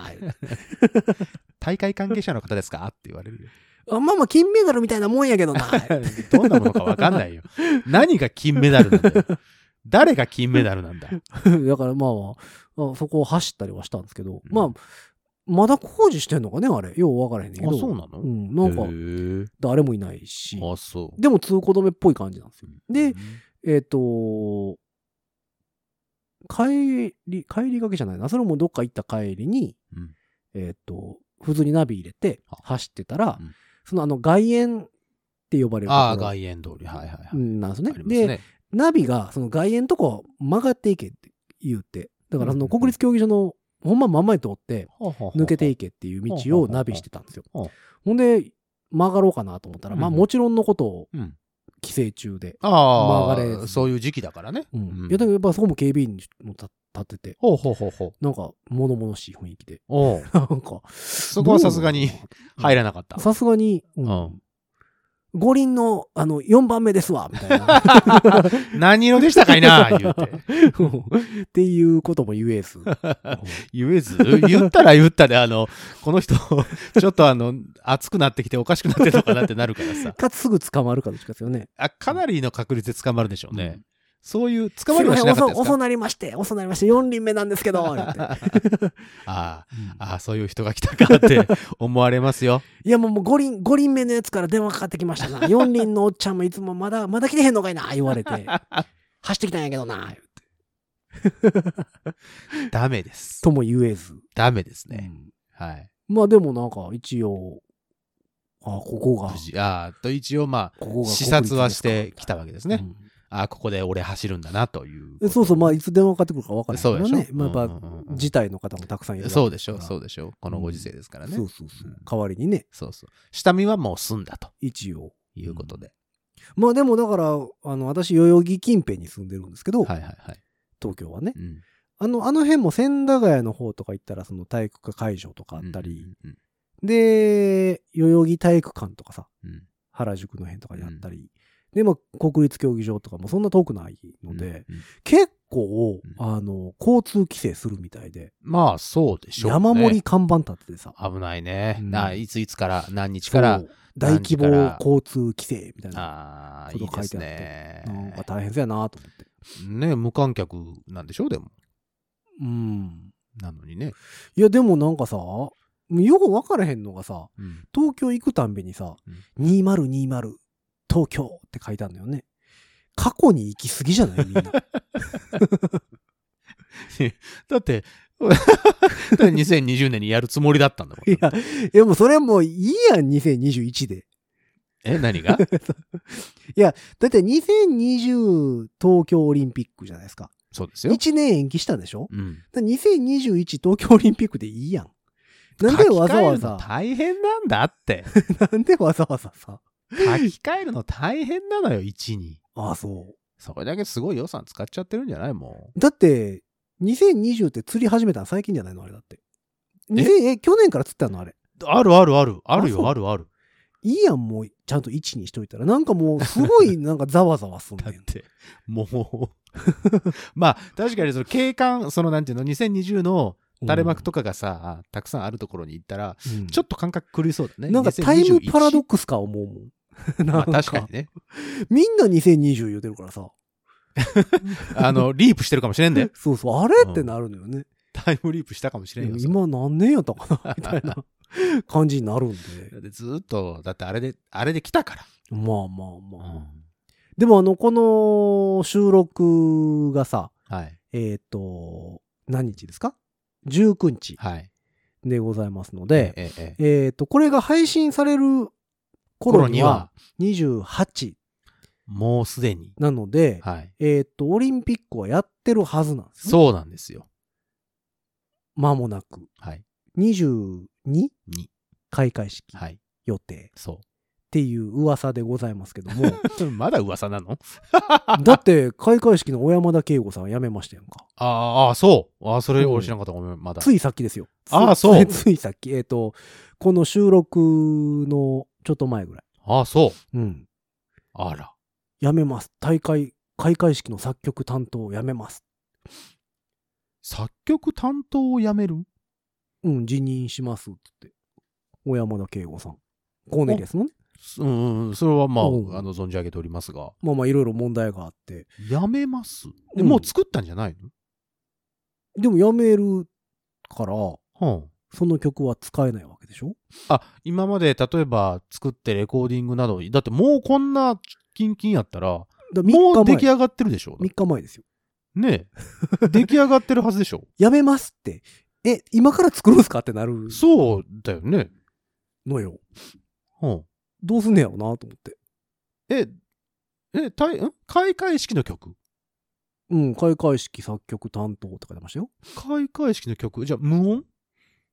大会関係者の方ですかって言われるよ。あまあまあ金メダルみたいなもんやけどな。どんなものかわか んないよ。何が金メダルなんだよ。誰が金メダルなん だ。だからまあまあ、あそこを走ったりはしたんですけど、んまあ、まだ工事してんのかねあれ。よう分からへんねんけあ、ど。そうなのうん。なんか、へ誰もいないし。えあ、そう。でも通行止めっぽい感じなんですよ。うでん、、えっ、と、帰り、帰りがけじゃないな。それもどっか行った帰りに、うんえっ、と、普通にナビ入れては走ってたら、うんそのあの外苑って呼ばれるところああ、外苑通り。はいはいはい。うんなんですねありますで、ね。ナビがその外苑のとこ曲がっていけって言うて、だからその国立競技場のほんま真ん前通って抜抜けていけっていう道をナビしてたんですよ。ほうほうほんで、曲がろうかなと思ったら、まあうんもちろんのことをうん。規制中で、ああ、曲がれずそういう時期だからね。うんいやだけどやっぱそこも警備員も立ってて、ほうほうほうほう。なんか物々しい雰囲気で、 おうなんか、そこはさすがにどうなのか入らなかった。さすがに、ううんん。五輪のあの4番目ですわ、みたい な。 何色でしたかいな、言うて。うんっていうことも言え ず。言えず、言ったら言ったで、あの、この人、ちょっとあの、熱くなってきておかしくなってるのかなってなるからさ。かつすぐ捕まるかどっちかですよね。あかなりの確率で捕まるでしょうね。うんそういう、捕まりはしなかったです遅遅かなりまして、遅なりまして、4輪目なんですけ ど、言うてああ、ああ、そういう人が来たかって思われますよ。いやもうもう5輪、五輪目のやつから電話かかってきましたな。4輪のおっちゃんもいつもまだ、まだ来てへんのかいな、言われ て。走ってきたんやけどな、ダメです。とも言えず。ダメですうね。んはい。まあでもなんか一応、あ、ここが無、事ああ、と一応まあ、ここが視察はしてきたわけですね。国立ですか。うんああ、ここで俺走るんだなということ。えそうそう、まあ、いつ電話かかってくるか分からそなうでいしょね。まあ、やっぱうんうんうんうん事態の方もたくさんいるそうでしょ、そううでしょ。このご時世ですからね。そうそうそう。代わりにね、そうそう。下見はもう済んだと一応。いうことで。まあ、でもだから、あの、私、代々木近辺に住んでるんですけど、はいはいはい。東京はね。うんあの、あの辺も千駄ヶ谷の方とか行ったら、その体育会場とかあったり、、うんうんで、代々木体育館とかさ、うんうん原宿の辺とかにあったり、で、まあ、国立競技場とかもそんな遠くないので、うんうん結構うん、あの、交通規制するみたいで、まあそうでしょうね。山盛り看板立っててさ、危ないね。うんあいついつから何日からそう大規模何時から交通規制みたいな。ああこいとい書でいてすあってね。なんか大変そうやなと思って。ね無観客なんでしょうでも。うん。なのにね。いや、でもなんかさ、よく分からへんのがさ、うん東京行くたんびにさ、2020東京って書いてあるのよね。過去に行き過ぎじゃないみん な。だって、2020年にやるつもりだったんだもん。いや、いやもうそれはもういいやん、2021で。え、何がだって2020東京オリンピックじゃないですか。そうですよ。 1年延期したんでしょうん。だから2021東京オリンピックでいいやん。なんでわざわざ書き換えるの、大変なんだって。なんでわざわざさ。書き換えるの大変なのよ、1に。ああ、そう。それだけすごい予算使っちゃってるんじゃないもだって、2020って釣り始めたの最近じゃないのあれだって。え2000え去年から釣ったのあれ。う。あるあるある。あるあそうよ、あるある。いいやん、もう、ちゃんと1にしといたら。なんかもう、すご い、なんかざわざわすんねだっん。て、もう。まあ、確かにその景観、そのなんていうの、2020の垂れ幕とかがさ、たくさんあるところに行ったら、うん、ちょっと感覚狂いそうだね。なんかタイムパラドッックスか思うも ん。まなあ、んか確かにね。みんな2020言うてるからさ。あの、リープしてるかもしれんで。そうそう、あれってなるのよね。タイムリープしたかもしれんよ。 今何年やったかなみたいな感じになるんで。 だ ってずーっと、だってあれで、あれで来たかまあまあまら。あ。でもあの、この収録がさ、はい。えっ、と、何日ですか ?19 日はい。でございますので、ええ、ええ。えっ、と、これが配信される頃頃ににはは、 28もうすでに。なので、はい。えっ、と、オリンピックはやってるはずなんですよ。そうなんですよ。間もなく。はい。 22に。開会式はい。予定っそ ていう噂でございますけど も、う。まだ噂なのだって開会式の小山田圭吾さん辞めましたやん か。あーあー、そう。ああ、それ俺知らなかった。ごめん、まだ。ついさっきですよ。あーつそ うついさっき。えっ、と、この収録のちょっと前ぐらい。ああ、そう。うん。あら。やめます。大会、開会式の作曲担当をやめます。作曲担当を辞めるうん、辞任しますって。小山田圭吾さん。コーネリアスのね。すうん、それはまあ、うんあの、存じ上げておりますが。まあまあいろいろ問題があって。辞めます、うでんもう作ったんじゃないのでも辞めるから、はその曲は使えないわけでしょあ、今まで例えば作ってレコーディングなど、だってもうこんなキンキンやったら、だからもう出3来日前。上がってるでしょ。 3日前ですよ。ねえ。 出来上がってるはずでしょ。やめますって。え、今から作るんすかってなるそうだよね。のよ。うん。どうすんねやろなと思って。え、え、たいん開会式の曲うん、開会式作曲担当って書いてましたよ。開会式の曲じゃあ無音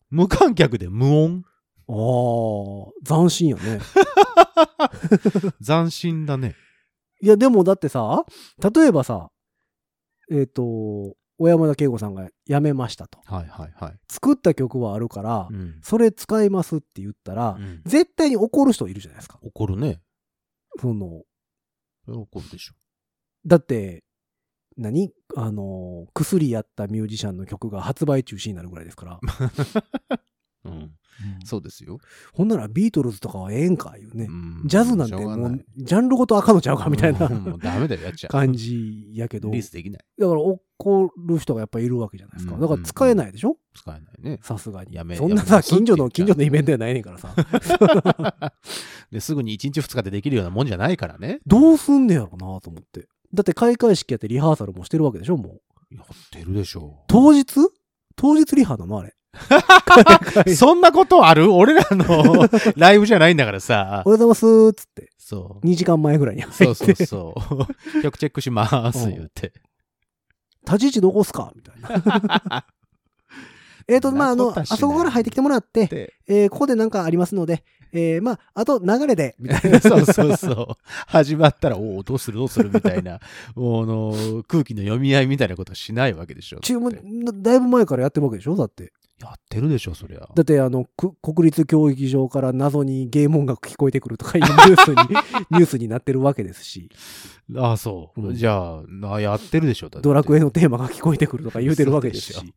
無観客で無音あー、斬新やね。 斬新だね。いや、でもだってさ、例えばさ、えっ、と、小山田圭吾さんが辞めましたと。はいはいはい。作った曲はあるから、うん。それ使いますって言ったら、うん絶対に怒る人いるじゃないですか。怒るね。その、怒るでしょ。だって、何あの、薬やったミュージシャンの曲が発売中止になるぐらいですから。うん。そそうですよ。ほんならビートルズとかはええんか、いうね。うんジャズなんてしょがも、いうジャンルごと赤のちゃうかみたいなうんもうダメだよ、やっちゃう。感じやけど、リリーだスできない。から怒る人がやっぱいるわけじゃないですか。うんだから使えないでしょ使えないね。さすがにやめ。そんなやめさ、ますって近所の、言近っちゃ所うのイベントやないねんからさ。ですぐに1日2日でできるようなもんじゃないからね。どうすんねやろなと思って。だって開会式やってリハーサルもしてるわけでしょもう。やってるでしょ当日当日リハなの あれ。う。そんなことある俺ら のライブじゃないんだからさお。はようございますっつって。そ2時間前ぐらいにう。入そうっ そうて。そう。 曲チェックします、言って。立ち位置どこっすかみたいな。 えっと、まあ、あそんなの、こあとはしないそこから入ってきてもらって、で、えーここでなんかありますので、えーまあ、あと流れで、みたいな。そうそうそう。始まったら、おお、どうするどうするみたいな、もうあの、空気の読み合いみたいなことしないわけでしょ。注だって文、だいぶ前からやってるわけでしょだって。やってるでしょ、そりゃ。だって、あの、く国立競技場から謎にゲーム音楽聞こえてくるとかいうニュ ースに、ニュースになってるわけですし、ああ、そう。うんじゃあな、やってるでしょ、だってドラクエのテーマが聞こえてくるとか言うてるわけですし。そうしょ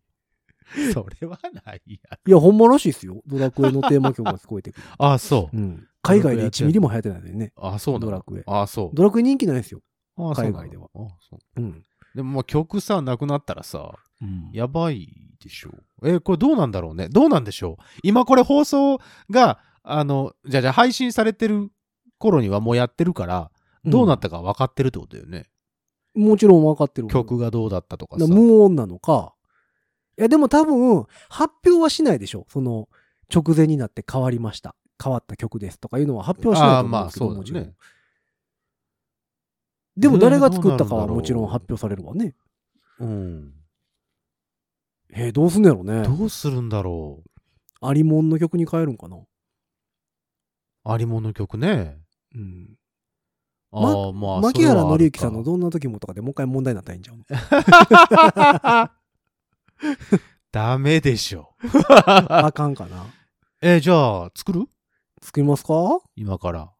それはないや。いや、ほんまらしいですよ。ドラクエのテーマ曲が聞こえてくる。ああ、そう。うん。海外で1ミリも流行ってないのにね。ああ、そうなドラの。クエ。ああ、そう。ドラクエ人気ないですよ。ああそうなの海外ではああそううん。でも、まあ、曲さ、なくなったらさ、うんやばいでしょう。えーこれどうなんだろうね。どうなんでしょう。今これ放送が、あの、じゃあじゃあ配信されてる頃にはもうやってるから、どうなったか分かってるってことだよね。もちろん分かってる。曲がどうだったとかさな。無音なのか。いや、でも多分、発表はしないでしょ。その、直前になって変わりました。変わった曲ですとかいうのは発表はしないと思うんですけど、あーもちろまあそうだねん。でも誰が作ったかねはどうなんだろうもちろん発表されるわね。うん。えー、どうすんのやろね。どうするんだろう。ありもんの曲に変えるんかな。ありもの曲ね。うん。あーまあ、牧原紀之さんのどどんな時もとかでもう一回問題になったらいいん じゃん。ダメでしょ。あかんかな。えーじゃあ、作る作りますか今から。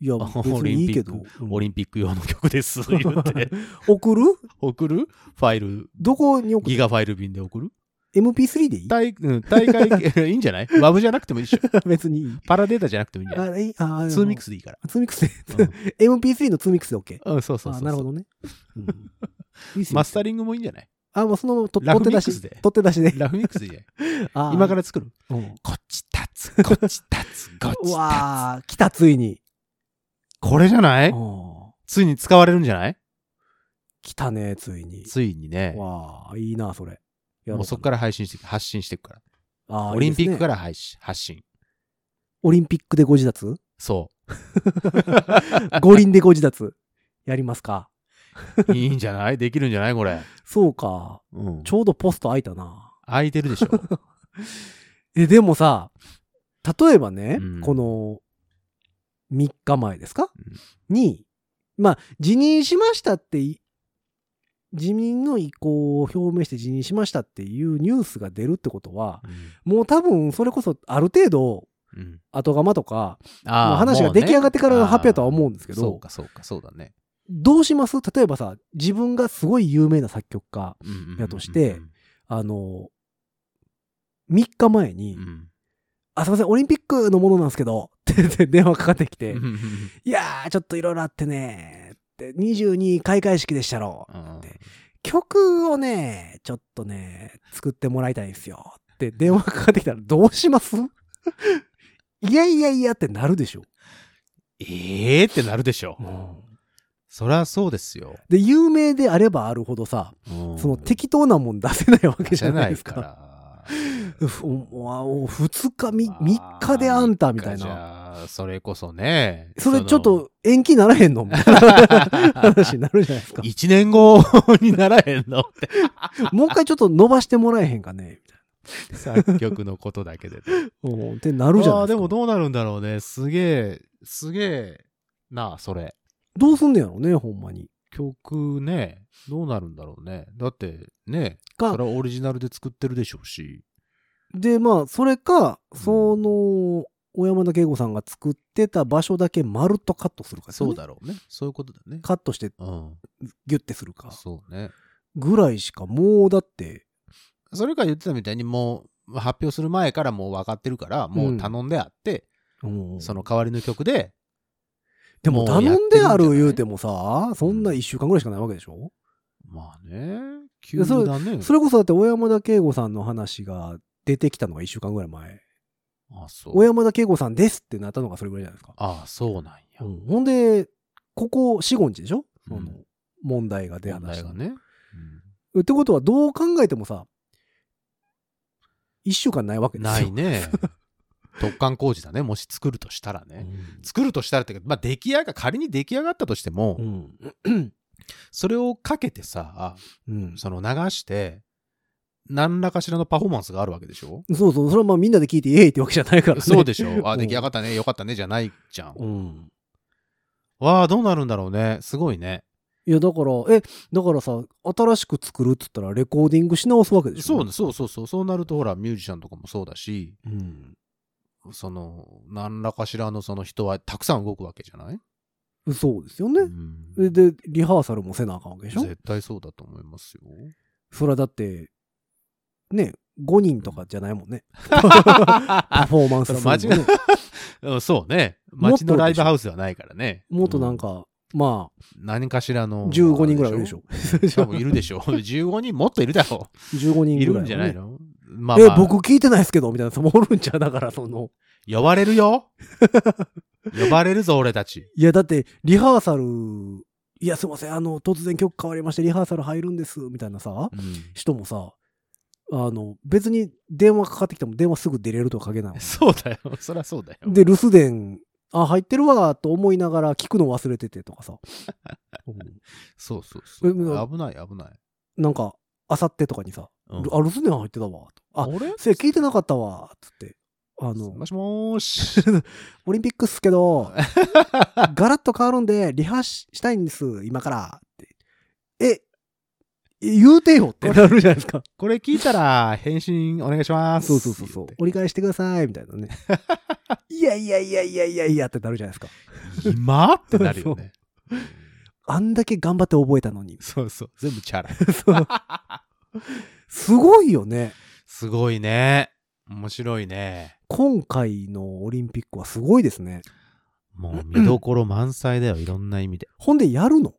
い や、別にいいけど。うんオリンピック用の曲です。言って。送る送るファイル、どこに送ギるガファイル便で送る ?MP3 でいい大うん 大会、いいんじゃない ?WAV じゃなくてもいいっしょ。別にいい。パラデータじゃなくてもいいんじゃないあ、いい、あ、ツーミックス。スでいいから。ツーミックスで。MP3 のツーミックスで OK。うん、うんそうそうそうあそうなるほどね。うんいいっすよマスタリングもいいんじゃないあ、もうそのままとラ取ってフミッ出クスし。で取って出しで。ラフミックスでいいんじゃない今今から作る。ら。こっち立 つ、こっち立つ、こっうち立つ。わー、来た、ついに。これじゃないうんついに使われるんじゃない来たね、ついに。ついにね。わー、いいな、それ。やろもうそこから配信して、発信していくから。ら。あーオリンピックいいか。ですねら配信、発信。オリンピックでご自立そ五輪でご自立。やりますか。 う。いいんじゃないできるんじゃないこれ。そうか。うん。ちょうどポスト空いたな。空いて るでしょ。え、でもさ、例えばね、うんこの、3日前ですか、に、まあ、辞任しましたってい、辞任の意向を表明して辞任しましたっていうニュースが出るってことは、もう多分、それこそある程度、うんうん後釜とか、あーもう話がもうね出来上がってからの発表だとは思うんですけどあーそうか、そうか、そうだね。どうします例えばさ、自分がすごい有名な作曲家、うんうんうんうんやとしてあの、3日前に、うんあ、すいません、オリンピックのものなんですけど、って言って電話かかってきて、うんいやー、ちょっといろいろあってね、って22開会式でしたろ。うんうん曲をね、ちょっとね、作ってもらいたいんですよ。ってって電話かかってきたらどうします いやいやいやってなるでしょ。ええー、ってなるでしょ。そりゃそうですよ。で、有名であればあるほどさ、うんその適当なもん出せないわけじゃないです出せか。ら ふおお2日み、3日であんたみたいじな。ゃあ、それこそね。それのちょっ。と延期ならへんのみた いな話になるじゃないですか。一年後にならへんのって。もう一回ちょっと伸ばしてもらえへんかね作 曲のことだけでね。みたいなうんってなるじゃあなあいですでか。もどうなるんだろうね。すげえ、すげえ、なあ、それ。どうすんねやろうね、ほんまに。曲ね、どうなるんだろうね。だって、ね、かそれはオリジナルで作ってるでしょうし。で、まあ、それか、その、小山田圭吾さんが作ってた場所だけ丸っとカットするか、そう。だろうね。そういうことだね。カットしてうん。ギュッてするか。そうね。ぐらいしか、もうだって、それから言ってたみたいに、もう、発表する前からもう分かってるから、もう頼んであって、うんその代わりの曲で、でももうやって頼るんんじでゃないある言うてもさ、そんな1週間ぐらいしかないわけでしょ、まあね、急やそれだね。それこそだって小山田圭吾さんの話が出てきたのが1週間ぐらい前。あ、そ小う。山田圭吾さんですってなったのがそれぐらいじゃないですか。あそうなんや。うんほんで、ここ4、5日でしょその、うん問題が出問話し題たがのね。ってことはどう考えてもさ、1週間ないわうけんですよ。ない ね。突貫工事だね。もし作るとしたらうね。ん。作るとしたらっていうか、まあ、出来上が、仮に出来上がったとしても、うん。それをかけてさ、うんその流して、何らかしらのパフォーマンスがあるわけでしょそうそう、それはまあみんなで聞いて、イエイってわけじゃないからね。そうでしょうあ、ん出来上がったね、よかったね、じゃないじゃん。うん。わあ、どうなるんだろうね。すごいね。いや、だから、え、だからさ、新しく作るっつったらレコーディングし直すわけでしょそうね、そうそうそう。そうなると、ほら、ミュージシャンとかもそうだし、うん。その、何らかしらのその人はたくさん動くわけじゃないそうですよねう。んでで、リハーサルもせなあかんわけでしょ絶対そうだと思います よ。それはだって、ね、5人とかじゃないもんね。パフォーマンスするのもそれね。うんそうね。もっと街のライブハウスではないからね。もっとなんうか、まあ、ん。何かしらの。 15人ぐらいいるでしょ。多分いるでしょ。15人 もっといるだろ15う。人いぐるらいはね、んじゃないのまあ、えま、あ、僕聞いてないですけど、みたいな人 もおるんちゃうだから、その。呼ばれる よ。呼ばれるぞ、俺たち。いや、だって、リハーサル、いや、すいません、あの、突然曲変わりまして、リハーサル入るんです、みたいなさ、 人もさ、あの、別に電話かかってきても電話すぐ出れるとは限らないもんねそうだよ。そりゃそうだよ。で、留守電、あ、入ってるわ、と思いながら聞くの忘れててとかさ。うんそうそうそう。えうん危ない、危ない。なんか、あさってとかにさ、うんあ、留守電入ってたわ、と。あ、俺せや聞いてなかったわ、つって。あのも、しもーし。オリンピックっすけ ど、ガラッと変わるんで、リハししたいんです、今から、って。え、言うてよってなるじゃないですか。これ聞いたら、返信お願いします。そうそうそうそうって。折り返してください、みたいな ね。いやいやいやいやいやいやってなるじゃないですか。言って今ってなる よね。あんだけ頑張って覚えたのに。 そうそう。全部チャラ。そうすごいよね。すごいね。面白いね。今回のオリンピックはすごいですね。もう見どころ満載だよ。いろんな意味で。ほんでやるの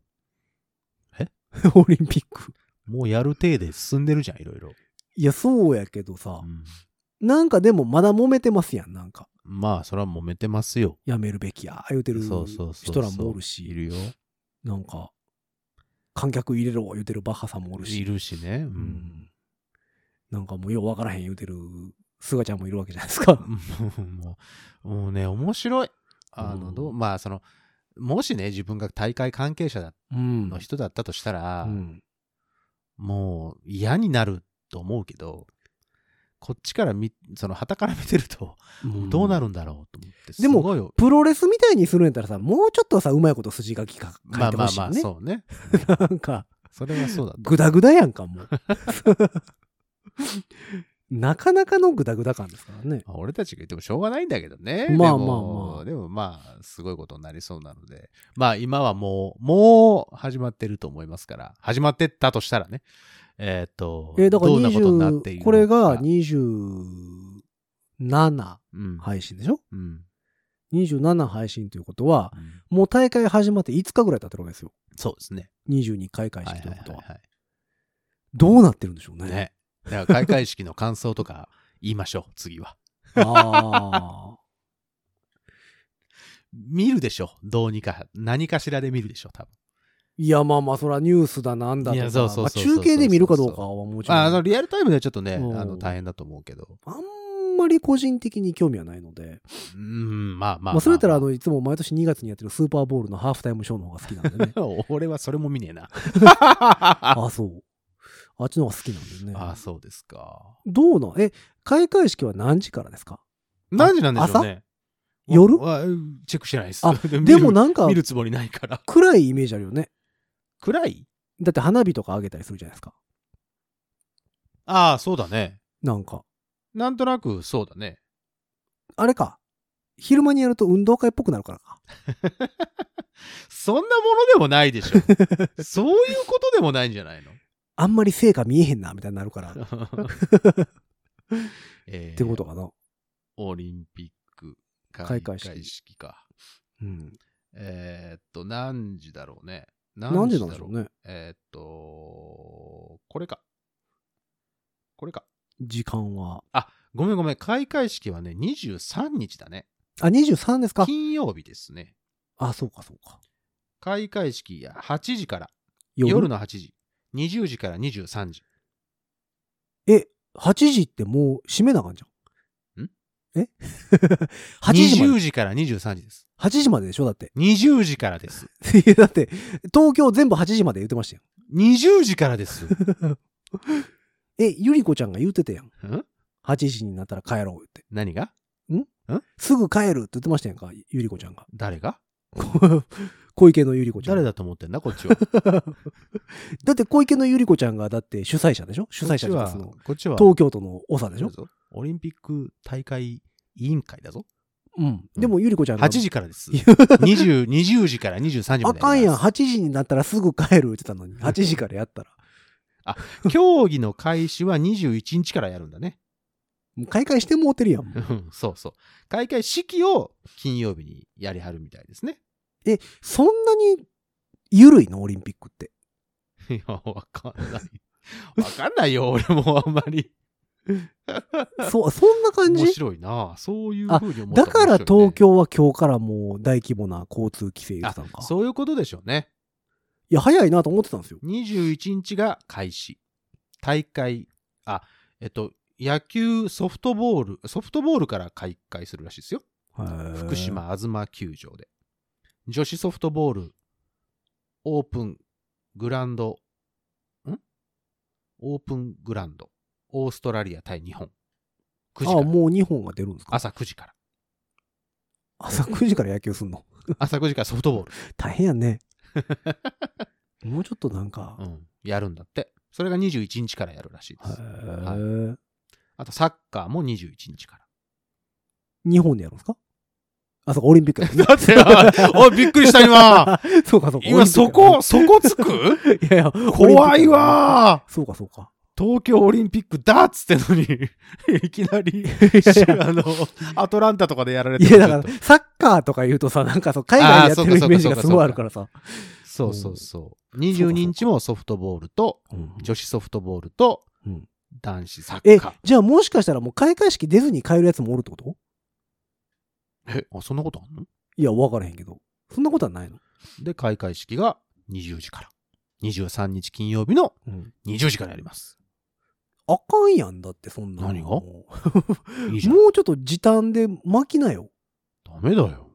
え オリンピック。もうやる体で進んでるじゃん、いろいろ。いや、そうやけどさう、んなんかでもまだ揉めてますやん、なんか。まあ、それは揉めてますよ。やめるべきや、言うてるそうそうそうそう人らもおるいし、るよ。なんか、観客入れろ、言うてるバッハさんもおるいし、るしうんね。うんなんかもうようわからへん言うてる、すがちゃんもいるわけじゃないですか。 もう、もうね、面白い。あの、うんどう、まあ、その、もしね、自分が大会関係者だうんの人だったとしたら、うんもう嫌になると思うけど、こっちから見、その、旗から見てると、どうなるんだろうと思って、でもすごいよプロレスみたいにするんやったらさ、もうちょっとさ、うまいこと筋書きか書まいあてほまあしいまよあ、ね。そうね。なんか、それはそうだ。グダグダやんか、もう。 なかなかのグダグダ感ですからね。まあ俺たちが言ってもしょうがないんだけどね。まあまあでもまあでもまあ、すごいことになりそうなので。まあ今はもう、もう始まってると思いますから。始まってったとしたらね。えーっと、えーだからどんなことになってい20、るのかこれが27うん。配信でしょうん。 ?27 配信ということは、うんもう大会始まって5日ぐらい経ってるわけですよ。そうですね。 22開会はい式とはいはうことは。いはどうなってるんでしょうい。ね。ね。だから開会式の感想とか言いましょう、次は。ああ。見るでしょ、どうにか。何かしらで見るでしょ、多分。いや、まあまあ、そらニュースだなんだといか。やそうそうまあそうそう中継で見るかどうかはもちろん。ああの、あリアルタイムではちょっとね、うんあの、大変だと思うけど。んまり個人的に興味はないので。うん、まあまあ、まあ、それだったら、あの、。の、いつも毎年2月にやってるスーパーボールのハーフタイムショーの方が好きなんでね俺はそれも見ねえな。 あああ、そう。あっちの方が好きなんでね。あ、そうですか。どうなんえ、開会式は何時からですか何時なんでしょうね。夜わわチェックしてないです。 あ見でるもなんか見、るつもりないから。暗いイメージあるよね。暗いだって花火とか上げたりするじゃないですか。ああ、そうだね。なんか。なんとなく、そうだね。あれか。昼間にやると運動会っぽくなるからか。そんなものでもないで しょ。そういうことでもないんじゃない のあんまり成果見えへんな、みたいになる から。っえーてことかな。オリンピック開開会会式式か。うん。えーっと、何時だろうね。何時なんでしょうね。えーっと、これか。これか。時間は。ごめんごめん。開会式はね、23日だね。あ、23ですか金曜日ですね。あ、そうか、そうか。開会式や8時から、夜の8時、20時から23時。 8時ってもう閉めなあかんじゃん。んえ ?8 時ま20で。時から23時です。 8時まででしょだって。 20時からです。いや、だって、東京全部8時まで言ってましたよ。 20時から です。んえ、ゆりこちゃんが言ってたやん。8時になったら帰ろうって。何がすぐ帰るって言ってましたやんか、ゆりこちゃんが。誰がこ小池のゆりこちゃん。誰だと思ってんだこっち は。だって小池のゆりこちゃんがだって主催者でしょ主催者こでっすちのは、こっちは、東京都の長でしょそうだぞオリンピック大会委員会だぞ。うん。でもゆりこちゃんが。 8時からです。20, 20時から23時まあで。かんやん、。8時になったらすぐ帰るって言ってた のに、8時からやったら。競技の開始は21日からやるんだね。もう開会してもうてるやん。うんそうそう。開会式を金曜日にやりはるみたいですね。え、そんなに緩いのオリンピック って。 いや、わかんない。 わかんないよ、俺もあんまり。そう、そんな感面じ白いなそういうふうに思っただから面白いね東京は今日からもう大規模な交通規制言ってたんかあ。そういうことでしょうね。いや、早いなと思ってたんですよ。 21日が開始。大会、あ、えっと、野球、ソフトボール、ソフトボールから開会するらしいですよ。福福。島あずま球場で。女子ソフトボール、オープン、グランド、んオープングランド、オーストラリア対日本。9時あ、から。もう2本が出るんですか朝9時から。朝9時から野球すんの。朝9時からソフトボ ール。大変やね。もうちょっとなんかう。ん。やるんだって。それが21日からやるらしいでへす。ーあとサッカーも21日から。日本でやるんですかあ、そうか、オリンピックやる だってな、 おいびっくりした今 そうか、そうか。オリンピックや 今るそこ、そこつ くいやいや、怖いわオリンピックやる。そうか、そうか。東京オリンピックだっつってのに、 いきなり、 あの、アトランタとかでやられいてや、だからちょっ、サッカーとか言うとさ、なんかそう、海外でやってあーそうるかイメージそうかがすごいあるからさ。とそうそうそう。22日もソフトボールと、うん女子ソフトボールとうん、男子サッえカー。、じゃあもしかしたらもう開会式出ずに帰るやつもおるってことえ、あ、そんなことあんのいや、分からへんけど。そんなことはないの。で、開会式が20時から。23日金曜日のうん20時からやります。あかんやんだって、そんなの。何がもいいうじちゃん。ょっと時短で巻きなよ。ダメだよ。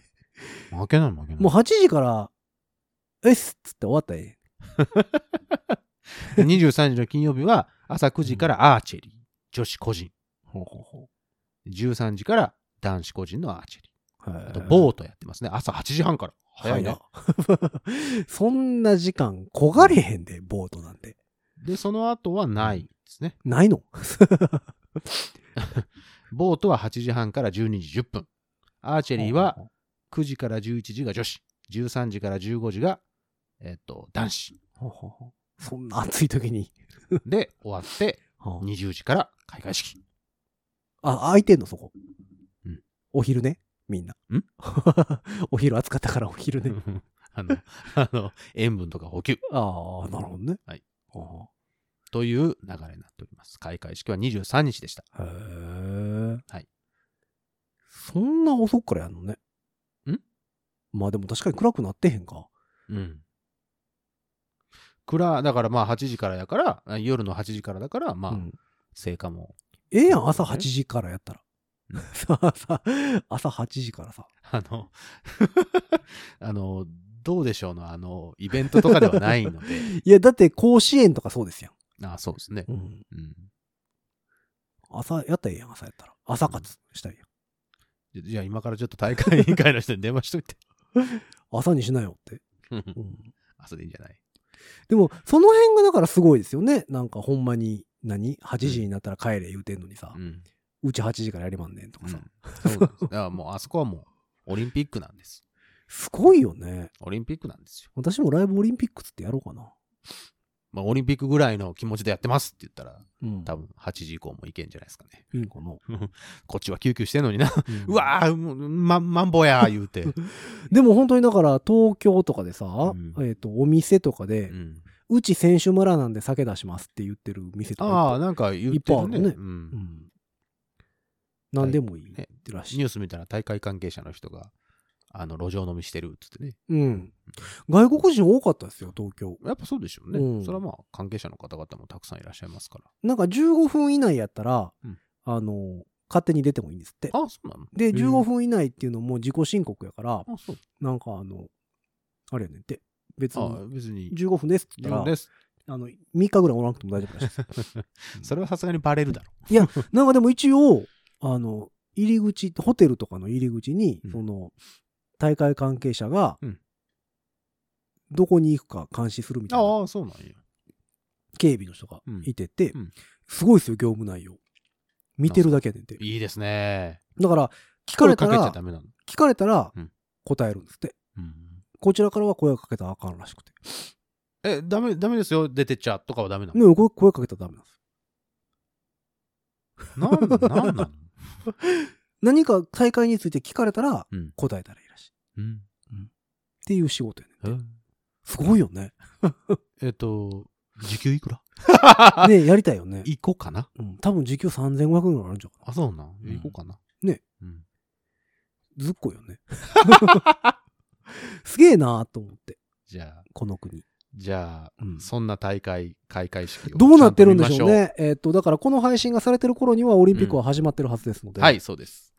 負けない負けない。もう8時から、えっすっつって終わったらえで23時の金曜日は朝9時からアーチェリー、女子個人。13時から男子個人のアーチェリえー。やあん。と、ボートやってますね。朝8時半から。早いね。早いなそんな時間、焦がれへんで、ボートなんて。で、その後はないですね。ないのボートは8時半から12時10分。アーチェリーは、9時から11時が女子、13時から15時が、えっと、男子。ほうほうほうそんな暑い時に。で、終わって、20時から開会式。あ、空いてんの、そこうん。お昼ね、みんな。ん お昼暑かったからお昼ね。あの、あの、塩分とか補給。ああ、なるほどね。はいああ。という流れになっております。開会式は23日でした。へえ。はい。そんな遅くからやんのね。んまあでも確かに暗くなってへんか。うん。暗、だからまあ8時からやから、あ夜の8時からだから、まあ、うん成果も。ええやん、朝8時からやったら。さあさあ 朝8時からさ。あの、 あの、どうでしょうの、あの、イベントとかではないので。 いや、だって甲子園とかそうですやあそうですねん。。うん。うん。朝やったらええやん、朝やったら。朝活したらええじゃじゃあ今からちょっと大会委員会の人に電話しといて。やん。朝にしなよって。うん。あ、それでいいんじゃないでも、その辺がだからすごいですよね。なんかほんまに、何 ?8 時になったら帰れ言うてんのにさう、ん。うち8時からやりまんねんとかさ。うんそうなんですだからもうあそこはもうオリンピックなんです。すごいよね。オリンピックなんですよ。私もライブオリンピックつってやろうかな。まあ、オリンピックぐらいの気持ちでやってますって言ったら、うん。多分8時以降もいけんじゃないですかね。いいんかな。こっちは救急してんのにな。うんうわー、もうま、マンボやー言う て。でも本当にだから東京とかでさ、んえっ、と、お店とかで、ううんち選手村なんで酒出しますって言ってる店とかいっぱいああ、なんか言ってるね。いっぱいあるねうんうん。何でもいいねってらしい。ニュース見たら大会関係者の人が、あの、路上飲みしてるっつってね。うん。外国人多かったですよ、東京。やっぱそうでしょうね。うんそれはまあ、関係者の方々もたくさんいらっしゃいますかなんか15分以内やったら、うんあの、勝手に出てもいいんですって。ら。あそうなので、15分。分以内っていうのも自己申告やから、あそう。なんかあの、あれやねんって、別あに別に。 15分ですって自言っ分たらで、す。あの、3日ぐらいおらなくても大丈夫らしいです。それはさすがにバレるだろなんかでも一応、あの、入り口、ホテルとかの入り口に、うんその、大会関係者がうん、どこに行くか監視するみう。たいなああ、そうなんや。警備の人がいててうんうん、すごいですよ、業務内容。見てるだけやねんて。いいですね。だから、聞かれた声かけちゃらダ、メなの。聞かれたらうん答えるんですって。うんこちらからは声をかけたらあかんらしくて。え、ダメ、ダメですよ。出てっちゃとかはダメなでの。もこれ声かけたらダメなんです。なん、なんなの何か大会について聞かれたら うん答えたらいいらしい。っうん。ていう仕事やねんて。えすごいよ ね。えっと、時給いくらねやりたいよね。行こうかな。うん、多分時給3500円ぐらいあるんじゃん。あ、そうなん。うん行こうかな。ねうん。ずっこいよね。 すげえなーと思って、じゃあ、この国。じゃあ、うんそんな大会、開会式を。どうなってるんでしょうちゃんとね。えっと、だからこの配信がされてる頃にはオリンピックは始まってるはずですので。見ましょう。はい、そう です。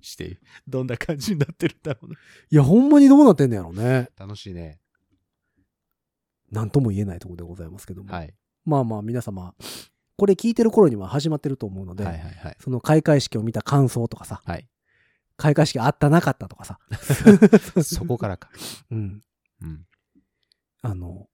して、どんな感じになってるんだろうな。いや、ほんまにどうなってんのやろうね。楽しいね。なんとも言えないところでございますけども。はい。まあまあ皆様、これ聞いてる頃には始まってると思うので、はいはいはい。その開会式を見た感想とかさ、はい。開会式あったなかったとかさ、 そこからか。 うん、 うん。あの、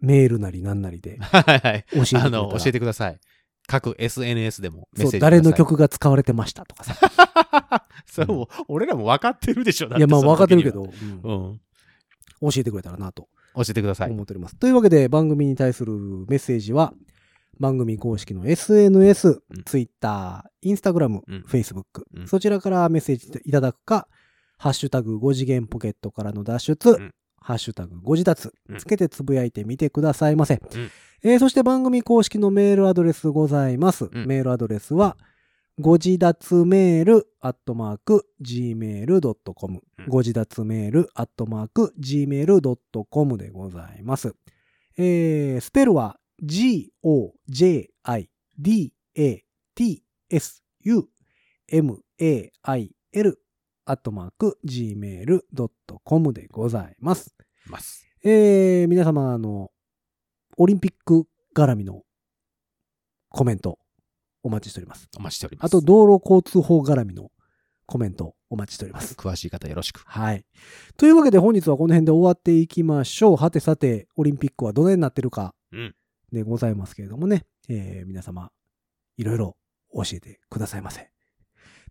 メールなりなんなりではいはい。教えてくれたらあの、教えてください。各 SNS でもメッそう、セージください誰の曲が使われてましたとかさ。 それはもう、俺らも分かってるでしょ。いだてや、まあその分かって時るにけはど、うんうん。教えてくれたらなと教えてください。思っております。というわけで番組に対するメッセージは、番組公式の SNS、うん Twitter、Instagram、うん Facebook、うんそちらからメッセージいただくか、ハッシュタグ5次元ポケットからの脱出、んハッシュタグ5次脱うんつけてつぶやいてみてくださいませ。んえーそして番組公式のメールアドレスございます。うんメールアドレスは、ご自立メールアットマーク gmail.com うんご自立メールアットマーク gmail.com でございます。えースペルは g-o-j-i-d-a-t-s-u-m-a-i-l アットマーク gmail.com でございます。ます。えー、皆様、あの、オリンピック絡みのコメントお待ちしております。お待ちしております。あと、道路交通法絡みのコメントお待ちしております。詳しい方よろしく。はい。というわけで本日はこの辺で終わっていきましょう。はてさて、オリンピックはどのようになってるかうんでございますけれどもね、えー皆様、いろいろ教えてくださいませ。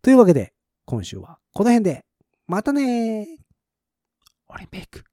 というわけで、今週はこの辺で、またねーオリンピック。